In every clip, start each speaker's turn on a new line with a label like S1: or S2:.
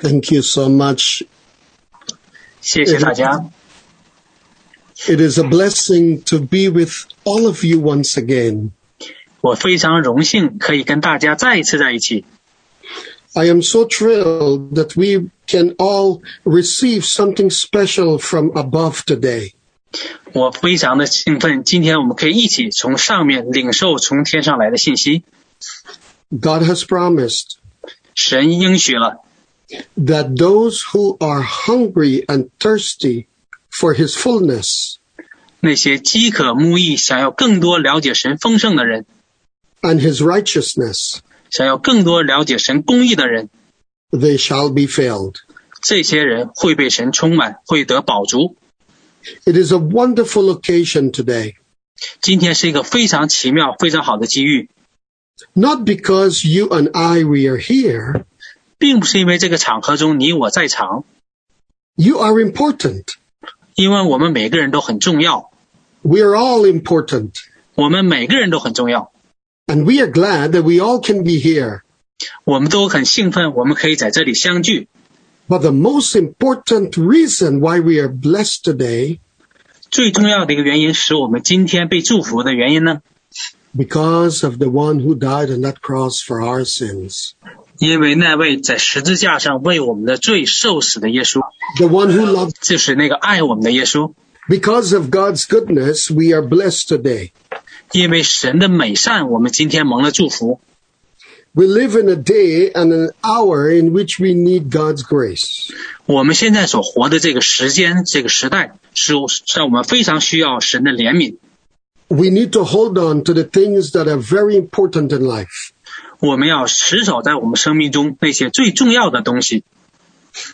S1: Thank you so much.
S2: 谢谢大家。
S1: It is a blessing to be with all of you once again.
S2: 我非常荣幸可以跟大家再一次在一起。
S1: I am so thrilled that we can all receive something special from above today.
S2: 我非常的兴奋，今天我们可以一起从上面领受从天上来的信息。
S1: God has promised
S2: 神应许了，
S1: that those who are hungry and thirsty for his fullness
S2: 那些饥渴慕义、想要更多了解神丰盛的人，
S1: and his righteousness,
S2: 想要更多了解神公义的人，
S1: they shall be filled.
S2: 这些人会被神充满，会得饱足。
S1: It is a wonderful occasion today,
S2: 今天是一个非常奇妙、非常好的机遇，
S1: not because you and I, we are here.
S2: 并不是因为这个场合中你我在场，
S1: You are important.
S2: 因为我们每个人都很重要，
S1: We are all important.
S2: 我们每个人都很重要，
S1: And we are glad that we all can be here.
S2: 我们都很兴奋，我们可以在这里相聚。
S1: But the most important reason why we are blessed today,
S2: 最重要的一个原因，使我们今天被祝福的原因呢？
S1: because of the one who died on that cross for our sins,
S2: 因为那位在十字架上为我们的罪受死的耶稣，
S1: the one who loved
S2: 就是那个爱我们的耶稣。
S1: Because of God's goodness, we are blessed today.
S2: 因为神的美善，我们今天蒙了祝福。
S1: We live in a day and an hour in which we need God's grace.
S2: 我们现在所活的这个时间、这个时代，是让我们非常需要神的怜悯。
S1: We need to hold on to the things that are very important in life.
S2: 我们要持守在我们生命中那些最重要的东西。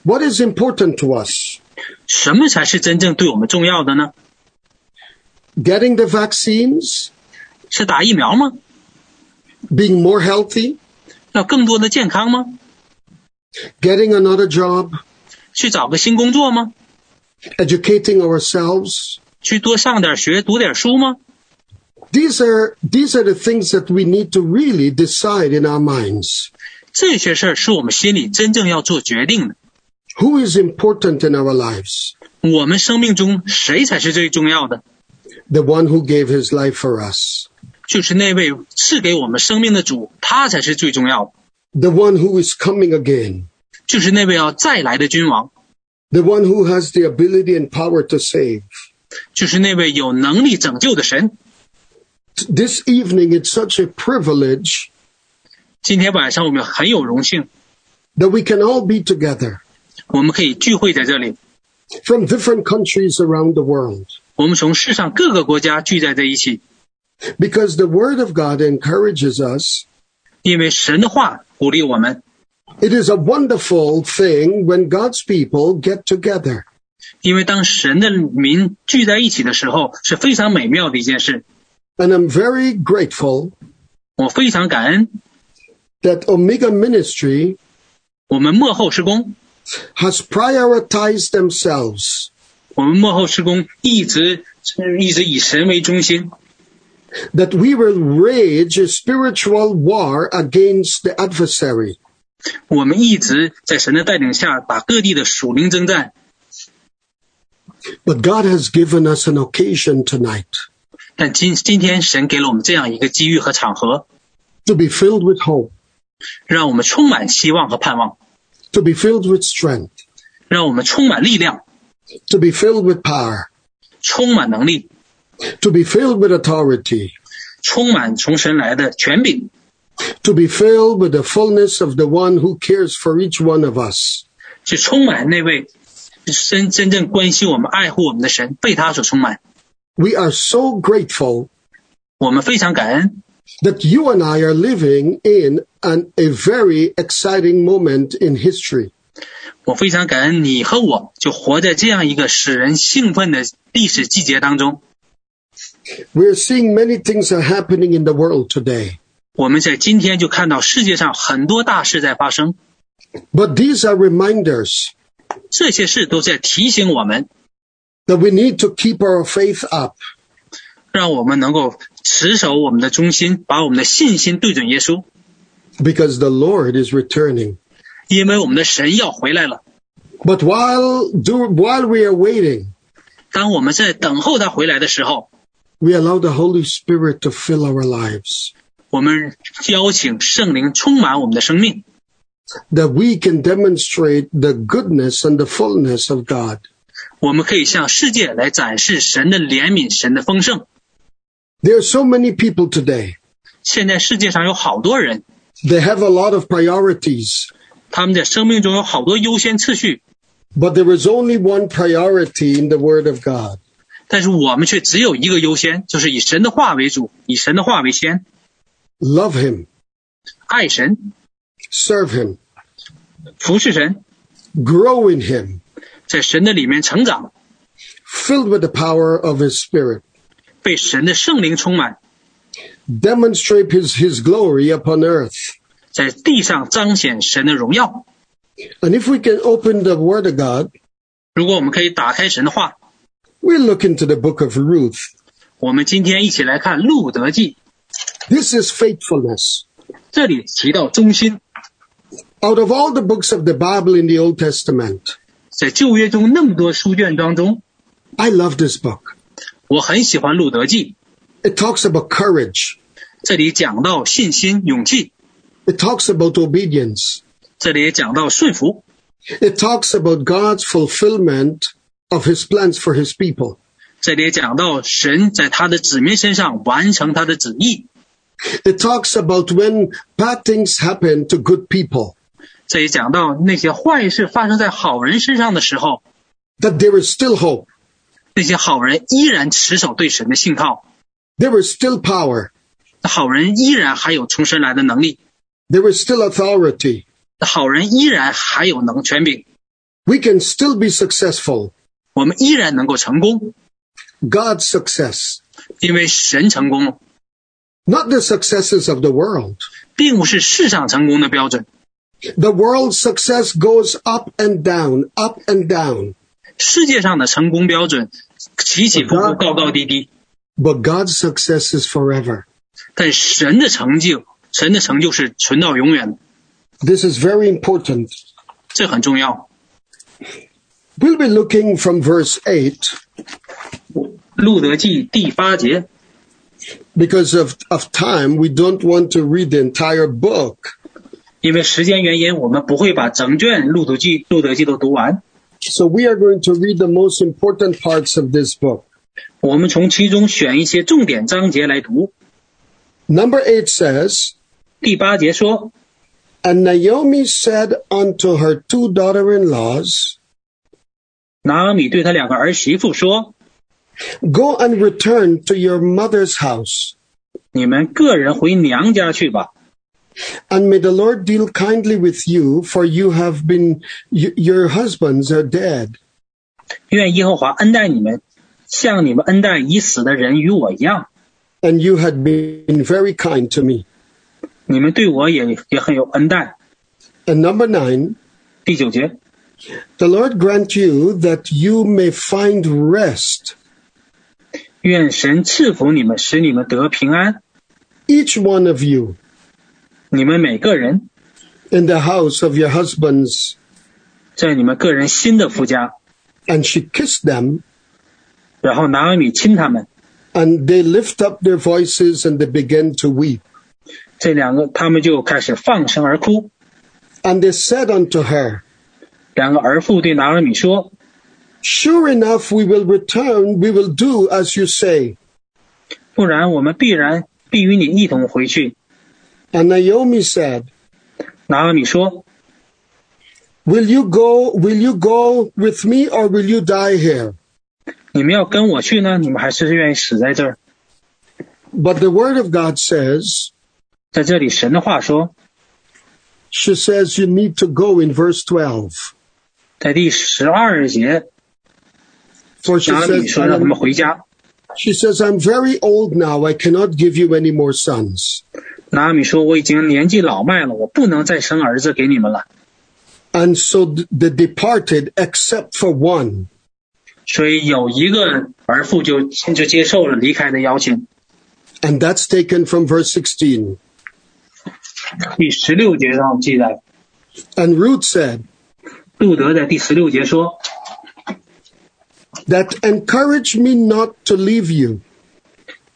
S1: What is important to us?
S2: 什么才是真正对我们重要的呢？
S1: Getting the vaccines,
S2: 是打疫苗吗？
S1: being more healthy,
S2: 要更多的健康吗？
S1: getting another job,
S2: 去找个新工作吗？
S1: educating ourselves.
S2: 去多上点学、读点书吗？
S1: These are, these are the things that we need to really decide in our minds.
S2: 这些事儿是我们心里真正要做决定的。
S1: Who is important in our lives?
S2: 我们生命中谁才是最重要的？
S1: The one who gave his life for us.
S2: 就是那位赐给我们生命的主，他才是最重要的。
S1: the one who is coming again,
S2: 就是那位要再来的君王，
S1: the one who has the ability and power to save.
S2: 就是那位有能力拯救的神。
S1: This evening, it's such a privilege
S2: 今天晚上我们很有荣幸，
S1: that we can all be together
S2: 我们可以聚会在这里。
S1: from different countries around the world
S2: 我们从世上各个国家聚在在一起，
S1: because the Word of God encourages us.
S2: 因为神的话鼓励我们，
S1: It is a wonderful thing when God's people get together.
S2: 因为当神的民聚在一起的时候是非常美妙的一件事。
S1: And I'm very grateful
S2: 我非常感恩，
S1: that Omega Ministry
S2: 我们幕后施工，
S1: has prioritized themselves.
S2: 我们幕后施工一直一直以神为中心，
S1: That we will wage a spiritual war against the adversary.
S2: 我们一直在神的带领下打各地的属灵征战。
S1: But God has given us an occasion tonight
S2: 但今今天神给了我们这样一个机遇和场合，
S1: to be filled with hope,
S2: 让我们充满希望和盼望，
S1: to be filled with strength,
S2: 让我们充满力量，
S1: to be filled with power,
S2: 充满能力，
S1: to be filled with authority,
S2: 充满从神来的权柄，
S1: to be filled with the fullness of the one who cares for each one of us.
S2: 去充满那位真真正关心我们、爱护我们的神，被他所充满。
S1: We are so grateful
S2: 我们非常感恩，
S1: that you and I are living in an, a very exciting moment in history.
S2: 我非常感恩你和我，就活在这样一个使人兴奋的历史季节当中。
S1: We're seeing many things are happening in the world today,
S2: 我们在今天就看到世界上很多大事在发生，
S1: but these are reminders
S2: 这些事都在提醒我们，
S1: that we need to keep our faith up.
S2: 让我们能够持守我们的忠心，把我们的信心对准耶稣，
S1: because the Lord is returning.
S2: 因为我们的神要回来了。
S1: But while, do, while we are waiting,
S2: 当我们在等候他回来的时候，
S1: we allow the Holy Spirit to fill our lives,
S2: 我们邀请圣灵充满我们的生命，
S1: that we can demonstrate the goodness and the fullness of God.
S2: 我们可以向世界来展示神的怜悯、神的丰盛。
S1: There are so many people today.
S2: 现在世界上有好多人，
S1: They have a lot of priorities,
S2: 他们在生命中有好多优先次序，
S1: but there is only one priority in the Word of God.
S2: 但是我们却只有一个优先，就是以神的话为主，以神的话为先，
S1: Love Him,
S2: 爱神、
S1: serve Him,
S2: 服侍神，
S1: grow in Him,
S2: 在神的里面成长，
S1: filled with the power of His Spirit,
S2: 被神的圣灵充满，
S1: demonstrate His, His glory upon earth.
S2: 在地上彰显神的荣耀。
S1: And if we can open the Word of God,
S2: 如果我们可以打开神的话，
S1: we look into the book of Ruth.
S2: 我们今天一起来看《路德记》，
S1: This is faithfulness.
S2: 这里提到忠心，
S1: Out of all the books of the Bible in the Old Testament,
S2: 在旧约中那么多书卷当中，
S1: I love this book.
S2: 我很喜欢《路德记》，
S1: It talks about courage.
S2: 这里讲到信心、勇气，
S1: It talks about obedience.
S2: 这里也讲到顺服，
S1: It talks about God's fulfillment of his plans for his people.
S2: 这里也讲到神在他的子民身上完成他的旨意，
S1: It talks about when bad things happen to good people,
S2: 这也讲到那些坏事发生在好人身上的时候，
S1: that there is still hope.
S2: 那些好人依然持守对神的信靠，
S1: There is still power.
S2: 好人依然还有从神来的能力，
S1: There is still authority.
S2: 好人依然还有能权柄，
S1: We can still be successful.
S2: 我们依然能够成功，
S1: God's success,
S2: 因为神成功了，
S1: not the successes of the world.
S2: 并不是世上成功的标准。
S1: The world's success goes up and down, up and down.
S2: 世界上的成功标准起起伏
S1: 好
S2: 伏，
S1: 的
S2: 高高低低，
S1: But God's success is forever.
S2: 但神的成就，神的成就是存到永远的，
S1: This is very important.
S2: 这很重要。
S1: We'll be looking from verse 8
S2: 路德记第八节，
S1: because of, of time. We don't want to read the entire book.
S2: 因为时间原因，我们不会把整卷路德记路德记都读完，
S1: So we are going to read the most important parts of this book.
S2: 我们从其中选一些重点章节来读。
S1: Number 8 says,
S2: 第八节说，
S1: And Naomi said unto her two daughter in laws,
S2: 拿阿米对他两个儿媳妇说：“
S1: Go and return to your mother's house.
S2: 你们个人回娘家去吧。
S1: And may the Lord deal kindly with you, for you have been, y- your husbands are dead.
S2: 愿耶和华恩待你们，像你们恩待已死的人与我一样。
S1: And you had been very kind to me.
S2: 你们对我也也很有恩待。
S1: And number nine, ”
S2: 第九节，
S1: the Lord grant you that you may find rest,
S2: 愿神赐福你们，使你们得平安。
S1: each one of you,
S2: 你们每个人，
S1: in the house of your husbands.
S2: 在你们个人新的夫家。
S1: And she kissed them,
S2: 然后拿阿米亲他们，
S1: and they lift up their voices and they began to weep.
S2: 这两个他们就开始放声而哭。
S1: And they said unto her,
S2: 两个儿妇对拿阿米说
S1: Sure enough, we will return, we will do as you say.：“
S2: 不然我们必然必与你一同回去。
S1: And Naomi said, ”
S2: 拿阿米说
S1: Will you go? Will you go with me, or will you die here?：“
S2: 你们要跟我去呢，你们还是愿意死在这儿？
S1: But the word of God says,
S2: 在这里，神的话说，
S1: she says, you need to go in verse twelve.
S2: 在第十二节，
S1: For she
S2: 拿阿米
S1: says,
S2: 说让他们回家。
S1: she says, I'm very old now. I cannot give you any more sons.
S2: 拿阿米说：“我已经年纪老迈了，我不能再生儿子给你们了。
S1: And so th- they departed, except for one. ”
S2: 所以有一个儿妇就就接受了离开的邀请。
S1: And that's taken from verse 16.
S2: 第十六节上记载，
S1: And Ruth said
S2: 路德在第十六节说
S1: that encourage me not to leave you：“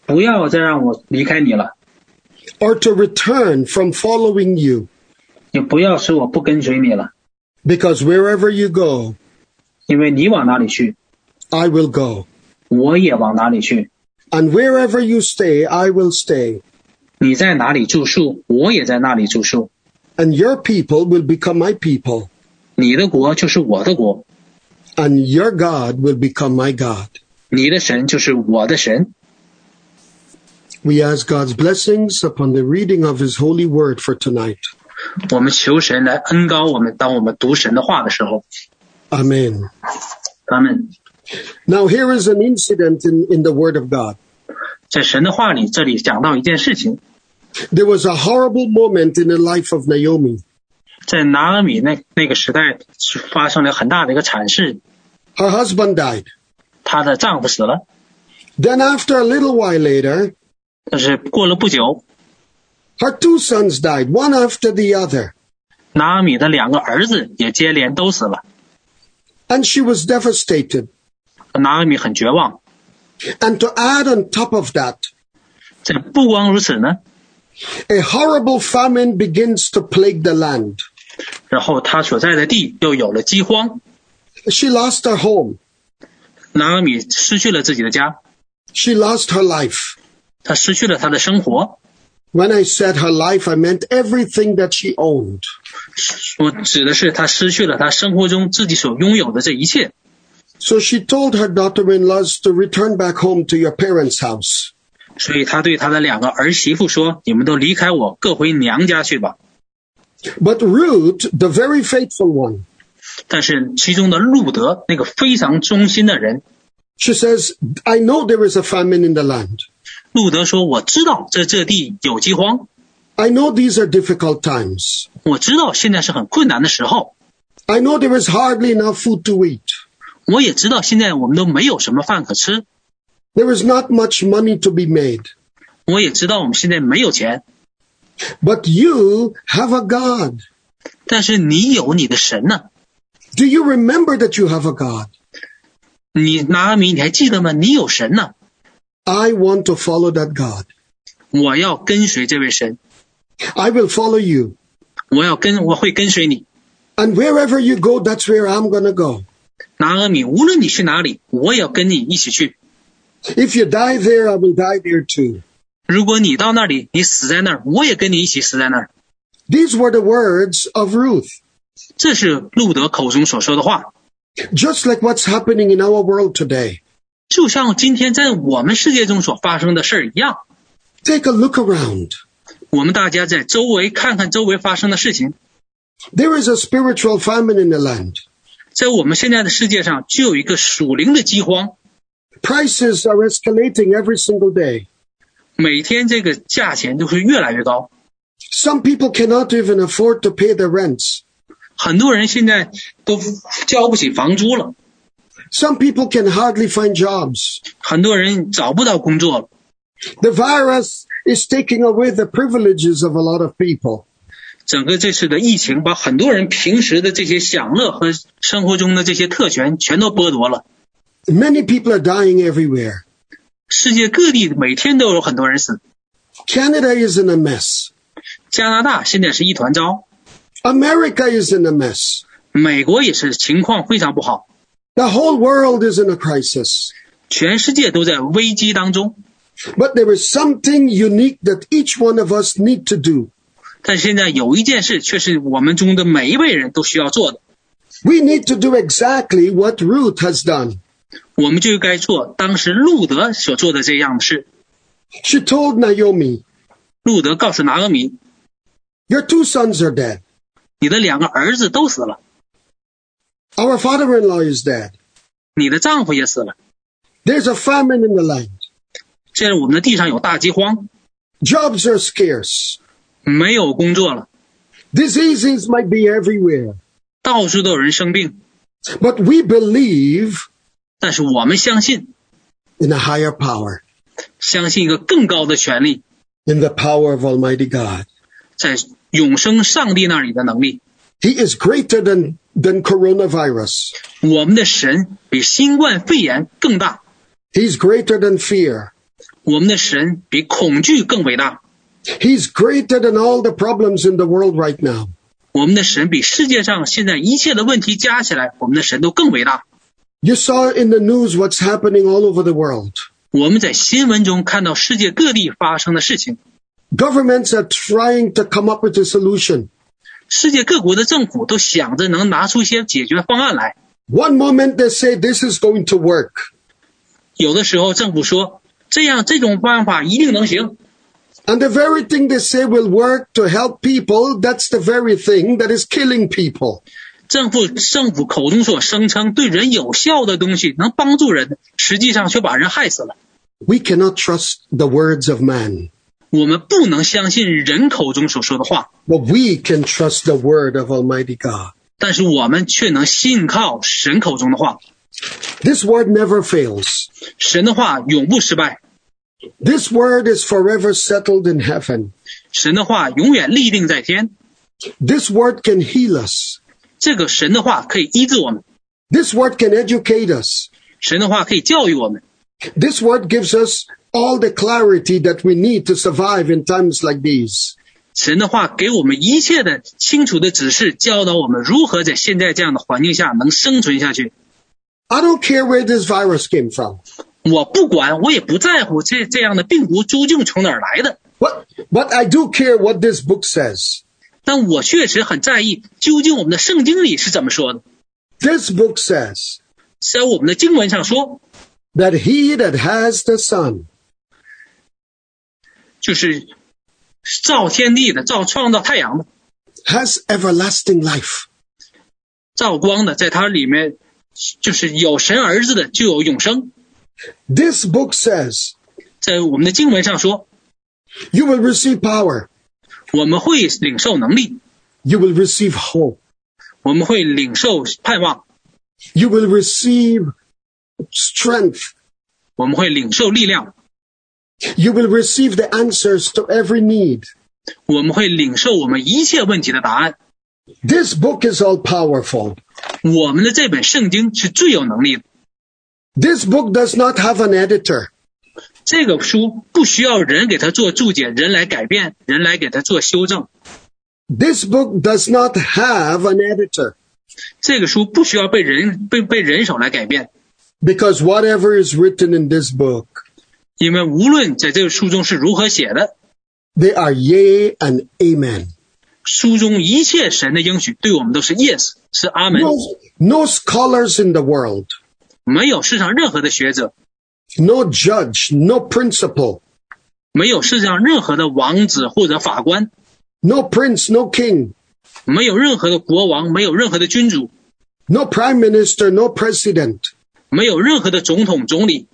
S2: 不要再让我离开你了，
S1: or to return from following you,
S2: 也不要使我不跟随你了，
S1: because wherever you go,
S2: 因为你往哪里去，
S1: I will go,
S2: 我也往哪里去；
S1: and wherever you stay, I will stay,
S2: 你在哪里住宿，我也在那里住宿。
S1: and your people will become my people,
S2: 你的国就是我的国，
S1: and your God will become my God.
S2: 你的神就是我的神。
S1: We ask God's blessings upon the reading of His holy word for tonight. ”
S2: 我们求神来恩高我们，当我们读神的话的时候，
S1: Amen.
S2: 咱们
S1: Now, here is an incident in, in the Word of God.
S2: 在神的话里，这里讲到一件事情，
S1: There was a horrible moment in the life of Naomi.
S2: 在拿阿米那那个时代是发生了很大的一个惨事，
S1: Her husband died.
S2: 她的丈夫死了，
S1: Then, after a little while later,
S2: 但是过了不久，
S1: her two sons died, one after the other.
S2: 拿阿米的两个儿子也接连都死了，
S1: And she was devastated.
S2: 拿阿米很绝望。
S1: And to add on top of that,
S2: 这不光如此呢，
S1: a horrible famine begins to plague the land.
S2: 然后她所在的地又有了饥荒，
S1: She lost her home.
S2: 拿阿米失去了自己的家，
S1: She lost her life.
S2: 她失去了她的生活。
S1: When I said her life, I meant everything that she owned.
S2: 我指的是她失去了她生活中自己所拥有的这一切。
S1: So she told her daughter-in-laws to return back home to your parents' house.
S2: 所以她对她的两个儿媳妇说：“你们都离开我，各回娘家去吧。
S1: But Ruth, the very faithful one, ”
S2: 但是其中的路德那个非常忠心的人，
S1: she says, I know there is a famine in the land.
S2: 路德说：“我知道这这地有饥荒，
S1: I know these are difficult times.
S2: 我知道现在是很困难的时候，
S1: I know there is hardly enough food to eat.
S2: 我也知道现在我们都没有什么饭可吃，
S1: There is not much money to be made.
S2: 我也知道我们现在没有钱，
S1: But you have a God.
S2: 但是你有你的神呢、
S1: Do you remember that you have a God?
S2: 你拿阿米，你还记得吗？你有神呢、
S1: I want to follow that God.
S2: 我要跟随这位神，
S1: I will follow you.
S2: 我要跟，我会跟随你。
S1: And wherever you go, that's where I'm going to go.
S2: 拿阿米，无论你去哪里，我也要跟你一起去。
S1: If you die there, I will die there too.
S2: 如果你到那里，你死在那儿，我也跟你一起死在那儿。
S1: These were the words of Ruth.
S2: 这是路德口中所说的话，
S1: Just like what's happening in our world today.
S2: 就像今天在我们世界中所发生的事儿一样。
S1: Take a look around.
S2: 我们大家在周围看看周围发生的事情，
S1: There is a spiritual famine in the land.
S2: 在我们现在的世界上，就有一个属灵的饥荒，
S1: Prices are escalating every single day.
S2: 每天这个价钱都会越来越高。
S1: Some people cannot even afford to pay their rents.
S2: 很多人现在都交不起房租了，
S1: Some people can hardly find jobs.
S2: 很多人找不到工作了。
S1: The virus is taking away the privileges of a lot of people.
S2: 整个这次的疫情，把很多人平时的这些享乐和生活中的这些特权全都剥夺了。
S1: Many people are dying everywhere.
S2: 世界各地每天都有很多人死。
S1: Canada is in a mess.
S2: 加拿大现在是一团糟，
S1: America is in a mess.
S2: 美国也是情况非常不好，
S1: The whole world is in a crisis.
S2: 全世界都在危机当中。
S1: But there is something unique that each one of us need to do.
S2: 但是现在有一件事，却是我们中的每一位人都需要做的，
S1: We need to do exactly what Ruth has done.
S2: 我们就该做当时路德所做的这样的事。
S1: She told Naomi,
S2: 路德告诉拿俄米，
S1: Your two sons are dead.
S2: 你的两个儿子都死了，
S1: Our father in law is dead.
S2: 你的丈夫也死了，
S1: There's a famine in the land.
S2: 现在我们的地上有大饥荒，
S1: Jobs are scarce.
S2: 没有工作了，
S1: Diseases might be everywhere.
S2: 到处都有人生病。
S1: But we believe
S2: 但是我们相信，
S1: in a higher power,
S2: 相信一个更高的权利，
S1: in the power of Almighty God.
S2: 在永生上帝那里的能力。
S1: He is greater than, than coronavirus.
S2: 我们的神比新冠肺炎更大，
S1: He's greater than fear.
S2: 我们的神比恐惧更伟大，
S1: He's greater than all the problems in the world right now.
S2: 我们的神比世界上现在一切的问题加起来，我们的神都更伟大。
S1: You saw in the news what's happening all over the world.
S2: 我们在新闻中看到世界各地发生的事情，
S1: Governments are trying to come up with a solution.
S2: 世界各国的政府都想着能拿出一些解决方案来。
S1: One moment they say this is going to work.
S2: 有的时候政府说这样这种办法一定能行，
S1: And the very thing they say will work to help people, that's the very thing that is killing people.
S2: 政府政府口中所声称对人有效的东西能帮助人，实际上却把人害死了。
S1: We cannot trust the words of man,
S2: 我们不能相信人口中所说的话，
S1: but we can trust the word of Almighty God.
S2: 但是我们却能信靠神口中的话。
S1: This word never fails.
S2: 神的话永不失败，
S1: This word is forever settled in heaven.
S2: 神的话永远立定在天。
S1: This word can heal us.
S2: 这个神的话可以医治我们，
S1: This word can educate us.
S2: 神的话可以教育我们，
S1: This word gives us all the clarity that we need to survive in times like these.
S2: 神的话给我们一切的清楚的指示，教导我们如何在现在这样的环境下能生存下去。
S1: I don't care where this virus came from.
S2: 我不管，我也不在乎这这样的病毒究竟从哪儿来的，
S1: But, but I do care what this book says.
S2: 但我确实很在意究竟我们的圣经里是怎么说的。
S1: This book says
S2: 在我们的经文上说，
S1: that he that has the son,
S2: 就是造天地的、造创造太阳的、
S1: has everlasting life.
S2: 造光的，在它里面就是有神儿子的就有永生。
S1: This book says
S2: 在我们的经文上说，
S1: you will receive power.
S2: 我们会领受能力，
S1: You will receive hope.
S2: 我们会领受盼望，
S1: You will receive strength.
S2: 我们会领受力量，
S1: You will receive the answers to every need.
S2: 我们会领受我们一切问题的答案。
S1: This book is all powerful.
S2: 我们的这本圣经是最有能力的。
S1: This book does not have an editor.
S2: 这个书不需要人给它做注解，人来改变，人来给它做修正。
S1: This book does not have an editor
S2: 这个书不需要被人被被人手来改变，
S1: because whatever is written in this book,
S2: 因为无论在这个书中是如何写的，
S1: they are yea and amen.
S2: 书中一切神的应许对我们都是 yes，是阿门。
S1: No, no scholars in the world,
S2: 没有世上任何的学者，
S1: no judge, no principal,
S2: 没有世上任何的王子或者法官，
S1: no prince, no king,
S2: 没有任何的国王，没有任何的君主，
S1: no prime minister, no president
S2: 没有任何的总统、总理，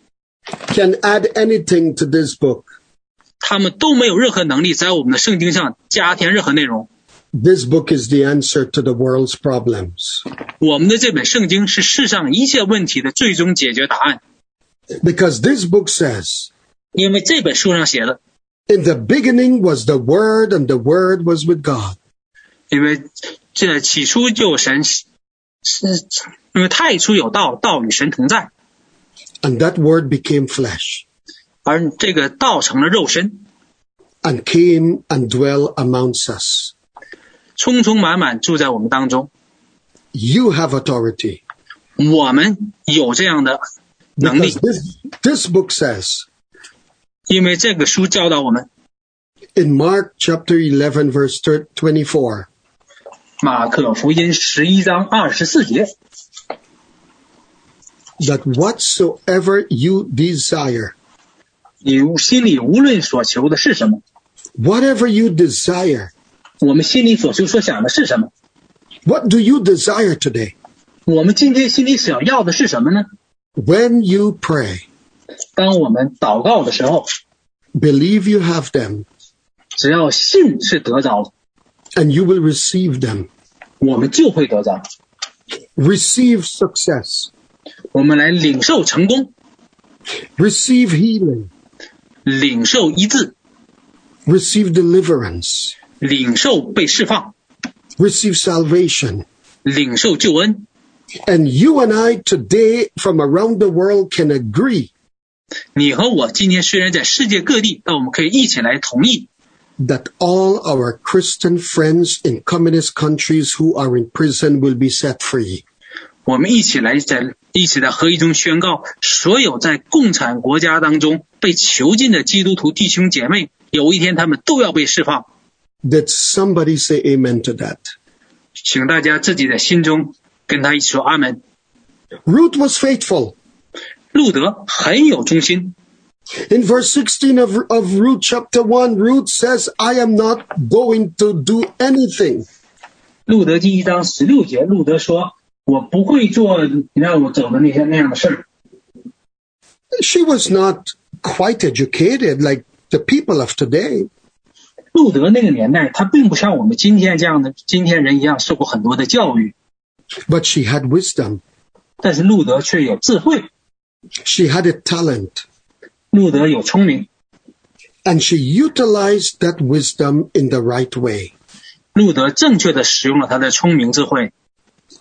S1: can add anything to this book.
S2: 他们都没有任何能力在我们的圣经上加添任何内容。
S1: This book is the answer to the world's problems
S2: 我们的这本圣经是世上一切问题的最终解决答案，
S1: because this book says,
S2: 因为这本书上写的，
S1: in the beginning was the word and the word was with God.
S2: 因为这起初就有神，是因为太初有道，道与神同在，
S1: And that word became flesh
S2: 而这个道成了肉身，
S1: and came and dwell amongst us.
S2: 充充满满住在我们当中。
S1: You have authority
S2: 我们有这样的能力
S1: because，this, this book says
S2: 因为这个书教导我们，
S1: in Mark chapter 11 verse thir- 24,
S2: 马可福音十一章二十四节，
S1: that whatsoever you desire,
S2: 你心里无论所求的是什么，
S1: whatever you desire,
S2: 我们心里所求所想的是什么，
S1: what do you desire today?
S2: 我们今天心里想要的是什么呢？
S1: When you pray,
S2: 当我们祷告的时候，
S1: believe you have them
S2: 只要信是得着的，
S1: and you will receive them.
S2: 我们就会得着。
S1: Receive success,
S2: 我们来领受成功，
S1: receive healing,
S2: 领受医治，
S1: receive deliverance,
S2: 领受被释放，
S1: receive salvation.
S2: 领受救恩。
S1: And you and I today from around the world can agree
S2: 你和我今天虽然在世界各地，但我们可以一起来同意，
S1: that all our Christian friends in communist countries who are in prison will be set free.
S2: 我们一起来在一起在合一中宣告，所有在共产国家当中被囚禁的基督徒弟兄姐妹，有一天他们都要被释放。
S1: Did somebody say amen to that?
S2: 请大家自己在心中跟他一起说阿门。
S1: Ruth was faithful.
S2: 路德很有忠心，
S1: In verse 16 of, of Ruth chapter 1, Ruth says, I am not going to do anything.
S2: 路德记一章十六节，路德说：“我不会做你让我走的那些那样的事儿。
S1: She was not quite educated like the people of today. ”
S2: 路德那个年代，他并不像我们今天这样的今天人一样受过很多的教育，
S1: But she had wisdom.
S2: 但是路德却有智慧，
S1: She had a talent.
S2: 路德有聪明，
S1: And she utilized that wisdom in the right way.
S2: 路德正确的使用了他的聪明智慧，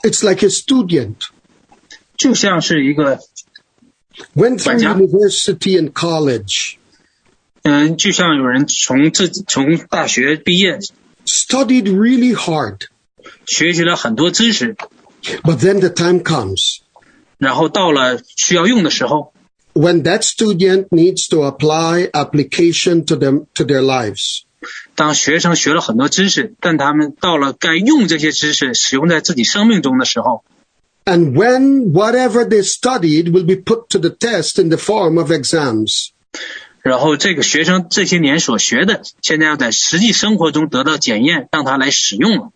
S1: It's like a student.
S2: 就像是一个，
S1: went through
S2: Baca.
S1: university and college,
S2: 嗯、就像有人从自从大学毕业，
S1: studied really hard,
S2: 学习了很多知识，
S1: but then the time comes
S2: 然后到了需要用的时候，
S1: when that student needs to apply application to them to their lives.
S2: 当学生学了很多知识，但他们到了该用这些知识使用在自己生命中的时候，
S1: And when whatever they studied will be put to the test in the form of exams.
S2: 然后这个学生这些年所学的，现在要在实际生活中得到检验，让他来使用了。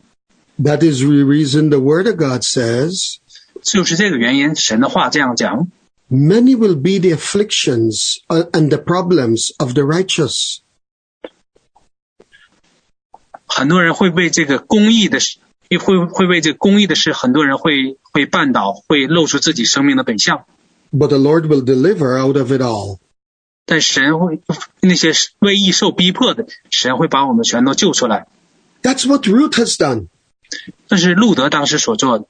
S1: That is the reason the Word of God says,
S2: 就是这个原因，神的话这样讲：
S1: Many will be the afflictions uh, and the problems of the righteous.
S2: 很多人会被这个公益的事，会会被这个公益的事，很多人会会绊倒，会露出自己生命的本相。
S1: But the Lord will deliver out of it all.
S2: 但神会那些为义受逼迫的，神会把我们全都救出来。
S1: That's what Ruth has done.
S2: 这是路德当时所做的，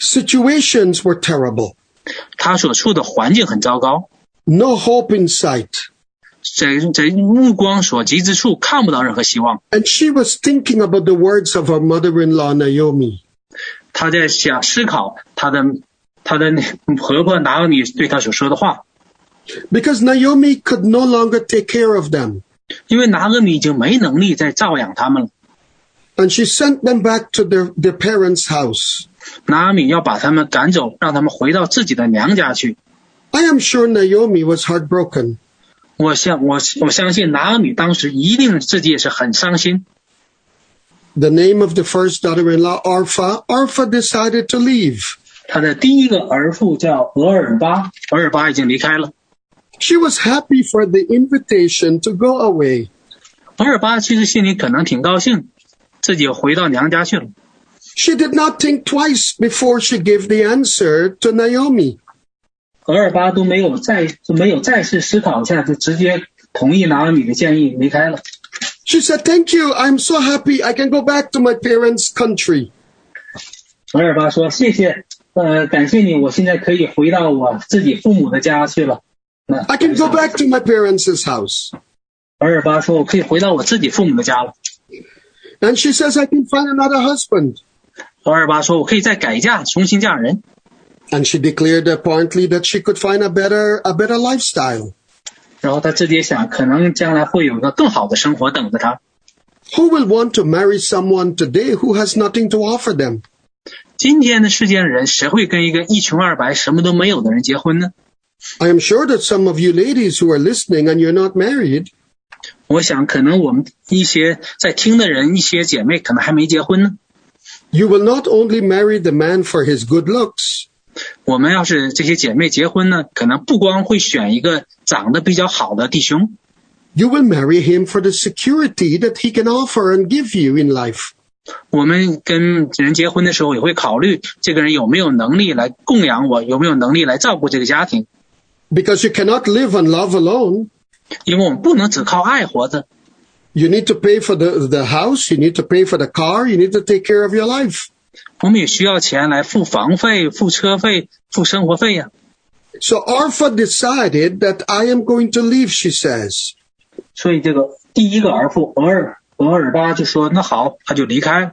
S1: Situations were terrible.
S2: 他所处的环境很糟糕，
S1: no hope in sight.
S2: 在在目光所及之处看不到任何希望。
S1: And she was thinking about the words of her mother in law, Naomi.
S2: 他在想思考他的他的那婆婆拿俄米对他所说的话，
S1: Because Naomi could no longer take care of them.
S2: 因为拿俄米已经没能力再照养他们了。
S1: And she sent them back to their, their parents' house.
S2: 拿俄米要把他们赶走，让他们回到自己的娘家去。
S1: I am sure Naomi was heartbroken.
S2: 我相我我相信拿俄米当时一定自己也是很伤心。
S1: The name of the first daughter in law, Orpha, Orpha decided to leave.
S2: 他的第一个儿妇叫俄尔巴，俄尔巴已经离开了。
S1: She was happy for the invitation to go away.
S2: 俄尔巴其实心里可能挺高兴，自己回到娘家去了。
S1: She did not think twice before she gave the answer to Naomi.
S2: 俄尔巴都没有再都没有再次思考一下，就直接同意拿俄米的建议离开了。
S1: She said, Thank you. I'm so happy. I can go back to my parents' country.
S2: 俄尔巴说：“谢谢，呃，感谢你，我现在可以回到我自己父母的家去了。那”
S1: I can go back to my parents' house.
S2: 俄尔巴说：“我可以回到我自己父母的家了。
S1: And she says, I can find another husband. ”
S2: 俄尔巴说：“我可以再改嫁，重新嫁人。
S1: And she declared apparently that she could find a better, a better lifestyle. ”
S2: 然后他自己也想，可能将来会有一个更好的生活等着他。
S1: Who will want to marry someone today who has nothing to offer them?
S2: 今天的世间人，谁会跟一个一穷二白、什么都没有的人结婚呢？
S1: I am sure that some of you ladies who are listening and you're not married,
S2: 我想，可能我们一些在听的人，一些姐妹可能还没结婚呢。
S1: you will not only marry the man for his good looks,
S2: 我们要是这些姐妹结婚呢，可能不光会选一个长得比较好的弟兄，
S1: you will marry him for the security that he can offer and give you in life.
S2: 我们跟人结婚的时候也会考虑这个人有没有能力来供养我，有没有能力来照顾这个家庭，
S1: Because you cannot live on love alone.
S2: 因为我们不能只靠爱活着。
S1: You need to pay for the, the house. You need to pay for the car. You need to take care of your life.
S2: 我们也需要钱来付房费、付车费、付生活费呀、
S1: So Orpha decided that I am going to leave, she says.
S2: 所以这个第一个儿妇额尔额尔巴就说：“那好，他就离开。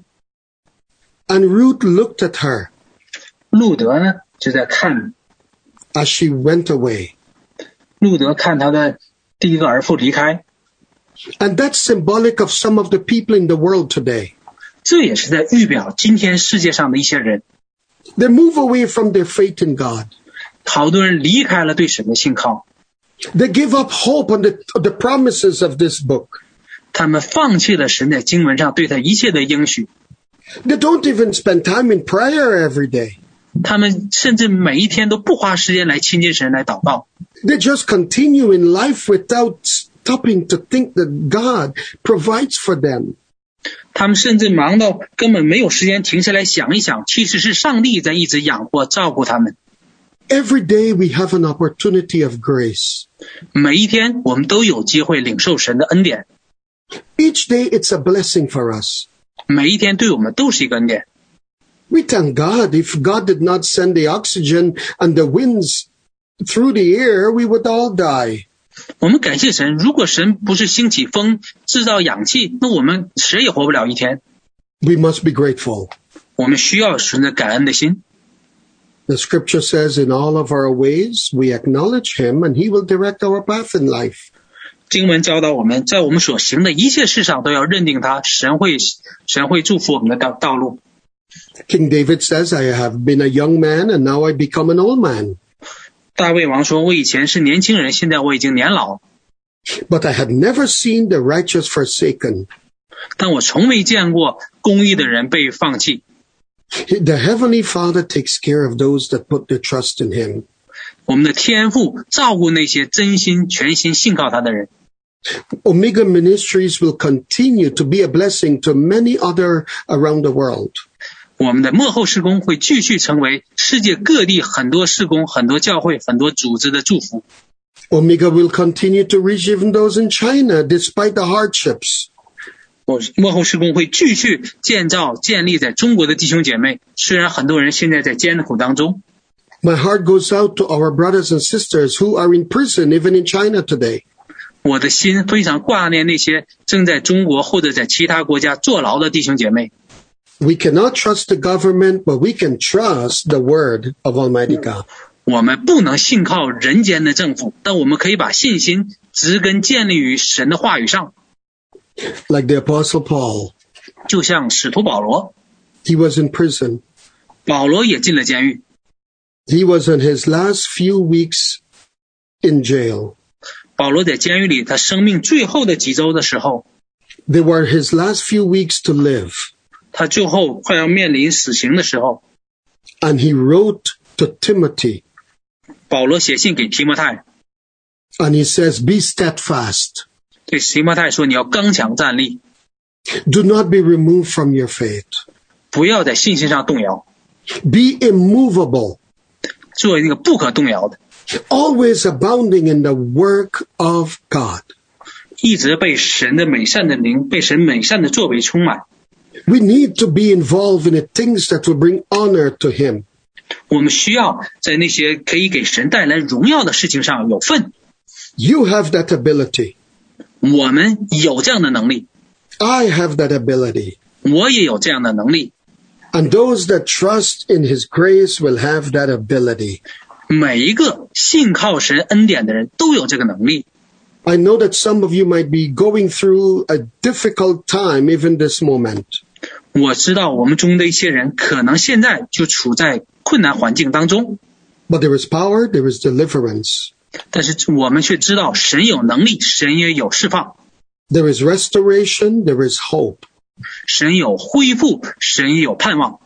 S1: And Ruth looked at her ”
S2: 路德呢就在看
S1: as she went away.
S2: 路德看他的第一个儿妇离开，
S1: And that's symbolic of some of the people in the world today.
S2: 这也是在预表今天世界上的一些人，
S1: They move away from their faith in God.
S2: 好多人离开了对神的信靠，
S1: They give up hope on the, the promises of this book.
S2: 他们放弃了神在经文上对他一切的应许，
S1: They don't even spend time in prayer every day.
S2: 他们甚至每一天都不花时间来亲近神来祷告，
S1: They just continue in life without stopping to think that God provides for them.
S2: 他们甚至忙到根本没有时间停下来想一想，其实是上帝在一直养活照顾他们。
S1: Every day we have an opportunity of grace.
S2: 每一天我们都有机会领受神的恩典，
S1: Each day it's a blessing for us.
S2: 每一天对我们都是一个恩典。
S1: We thank God if God did not send the oxygen and the winds through the air, we would all die.
S2: 我们感谢神，如果神不是兴起风制造氧气，那我们谁也活不了一天。
S1: We must be grateful.
S2: 我们需要存着感恩的心。
S1: The scripture says, in all of our ways, we acknowledge him and he will direct our path in life.
S2: 经文教导我们在我们所行的一切事上都要认定他，神会神会祝福我们的道道路。
S1: King David says, I have been a young man and now I become an old man,
S2: 大卫王说：“我以前是年轻人，现在我已经年老，
S1: but I had never seen the righteous forsaken,
S2: 但我从未见过公义的人被放弃。
S1: The Heavenly Father takes care of those that put their trust in Him.
S2: 我们的天赋照顾那些真心全心信靠他的人。
S1: Omega Ministries will continue to be a blessing to many other around the world.
S2: 我们的幕后事工会继续成为世界各地很多事工、很多教会、很多组织的祝福。
S1: Omega will continue to reach even those in China despite the hardships.
S2: 我幕后事工会继续建造、建立在中国的弟兄姐妹。虽然很多人现在在艰苦当中，
S1: My heart goes out to our brothers and sisters who are in prison even in China today.
S2: 我的心非常挂念那些正在中国或者在其他国家坐牢的弟兄姐妹。
S1: We cannot trust the government, but we can trust the word of Almighty God.
S2: 我们不能信靠人间的政府，但我们可以把信心植根建立于神的话语上，
S1: Like the apostle Paul,
S2: 就像使徒保罗，
S1: he was in prison.
S2: 保罗也进了监狱，
S1: He was in his last few weeks in jail.
S2: 保罗在监狱里，他生命最后的几周的时候，
S1: They were his last few weeks to live.
S2: 他最后快要面临死刑的时候，
S1: And he wrote to Timothy
S2: 保罗写信给提摩太，
S1: and he says, Be steadfast.
S2: 对提摩太说：“你要刚强站立，
S1: Do not be removed from your faith.
S2: 不要在信心上动摇，
S1: Be immovable,
S2: 做那个不可动摇的，
S1: always abounding in the work of God.
S2: 一直被神的美善的灵，被神美善的作为充满。
S1: We need to be involved in the things that will bring honor to him.
S2: 我们需要在那些可以给神带来荣耀的事情上有份。
S1: You have that ability.
S2: 我们有这样的能力，
S1: I have that ability.
S2: 我也有这样的能力。
S1: And those that trust in his grace will have that ability.
S2: 每一个信靠神恩典的人都有这个能力。
S1: I know that some of you might be going through a difficult time even this moment.
S2: 我知道我们中的一些人可能现在就处在困难环境当中，
S1: But there is power, there is deliverance,
S2: 但是我们却知道神有能力，神也有释放，
S1: there is restoration, there is hope.
S2: 神有恢复，神也有盼望。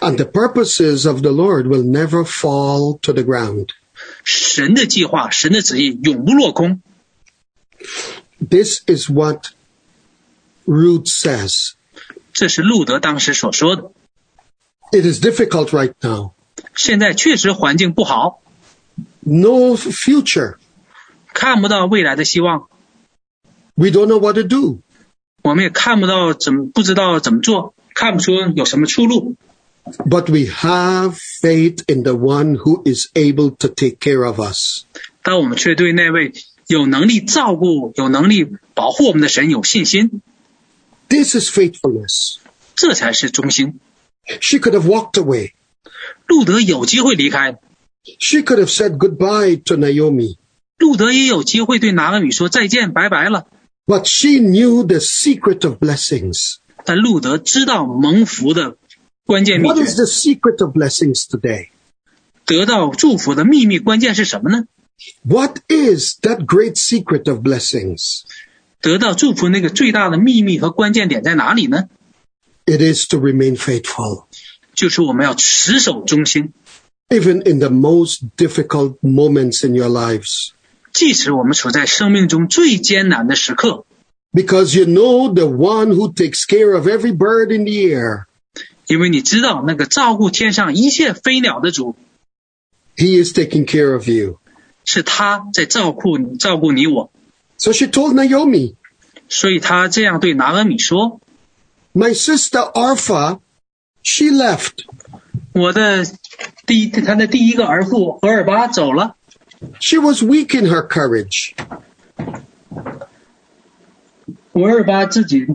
S1: And the purposes of the Lord will never fall to the ground.
S2: 神的计划，神的旨意永不落空。
S1: This is what Ruth says.
S2: 这是路德当时所说的。
S1: It is difficult right now.
S2: 现在确实环境不好，
S1: No future.
S2: 看不到未来的希望，
S1: We don't know what to do.
S2: 我们也看不到怎么不知道怎么做，看不出有什么出路。
S1: But we have faith in the one who is able to take care of us.
S2: 但我们却对那位有能力照顾、有能力保护我们的神有信心，
S1: This is faithfulness.
S2: 这才是忠心。
S1: She could have walked away.
S2: 路德有机会离开，
S1: She could have said goodbye to Naomi,
S2: 路德也有机会对拿俄米说再见，拜拜了。
S1: but she knew the secret of blessings.
S2: 但路德知道蒙福的关键秘
S1: What
S2: 诀，
S1: is the secret of blessings today?
S2: 得到祝福的秘密关键是什么呢？
S1: What is that great secret of blessings?
S2: 得到祝福那个最大的秘密和关键点在哪里呢？
S1: It is to remain faithful,
S2: 就是我们要持守忠心，
S1: even in the most difficult moments in your lives,
S2: 即使我们处在生命中最艰难的时刻，
S1: because you know the one who takes care of every bird in the air.
S2: 因为你知道那个照顾天上一切飞鸟的主
S1: He is taking care of you.
S2: 是他在照顾你，照顾你我，
S1: So she told Naomi,
S2: 所以他这样对拿俄米说
S1: my sister Orpha, she left.：“
S2: 我的第一，他的第一个儿妇荷尔巴走了，
S1: She was weak in her courage.
S2: 荷尔巴自己，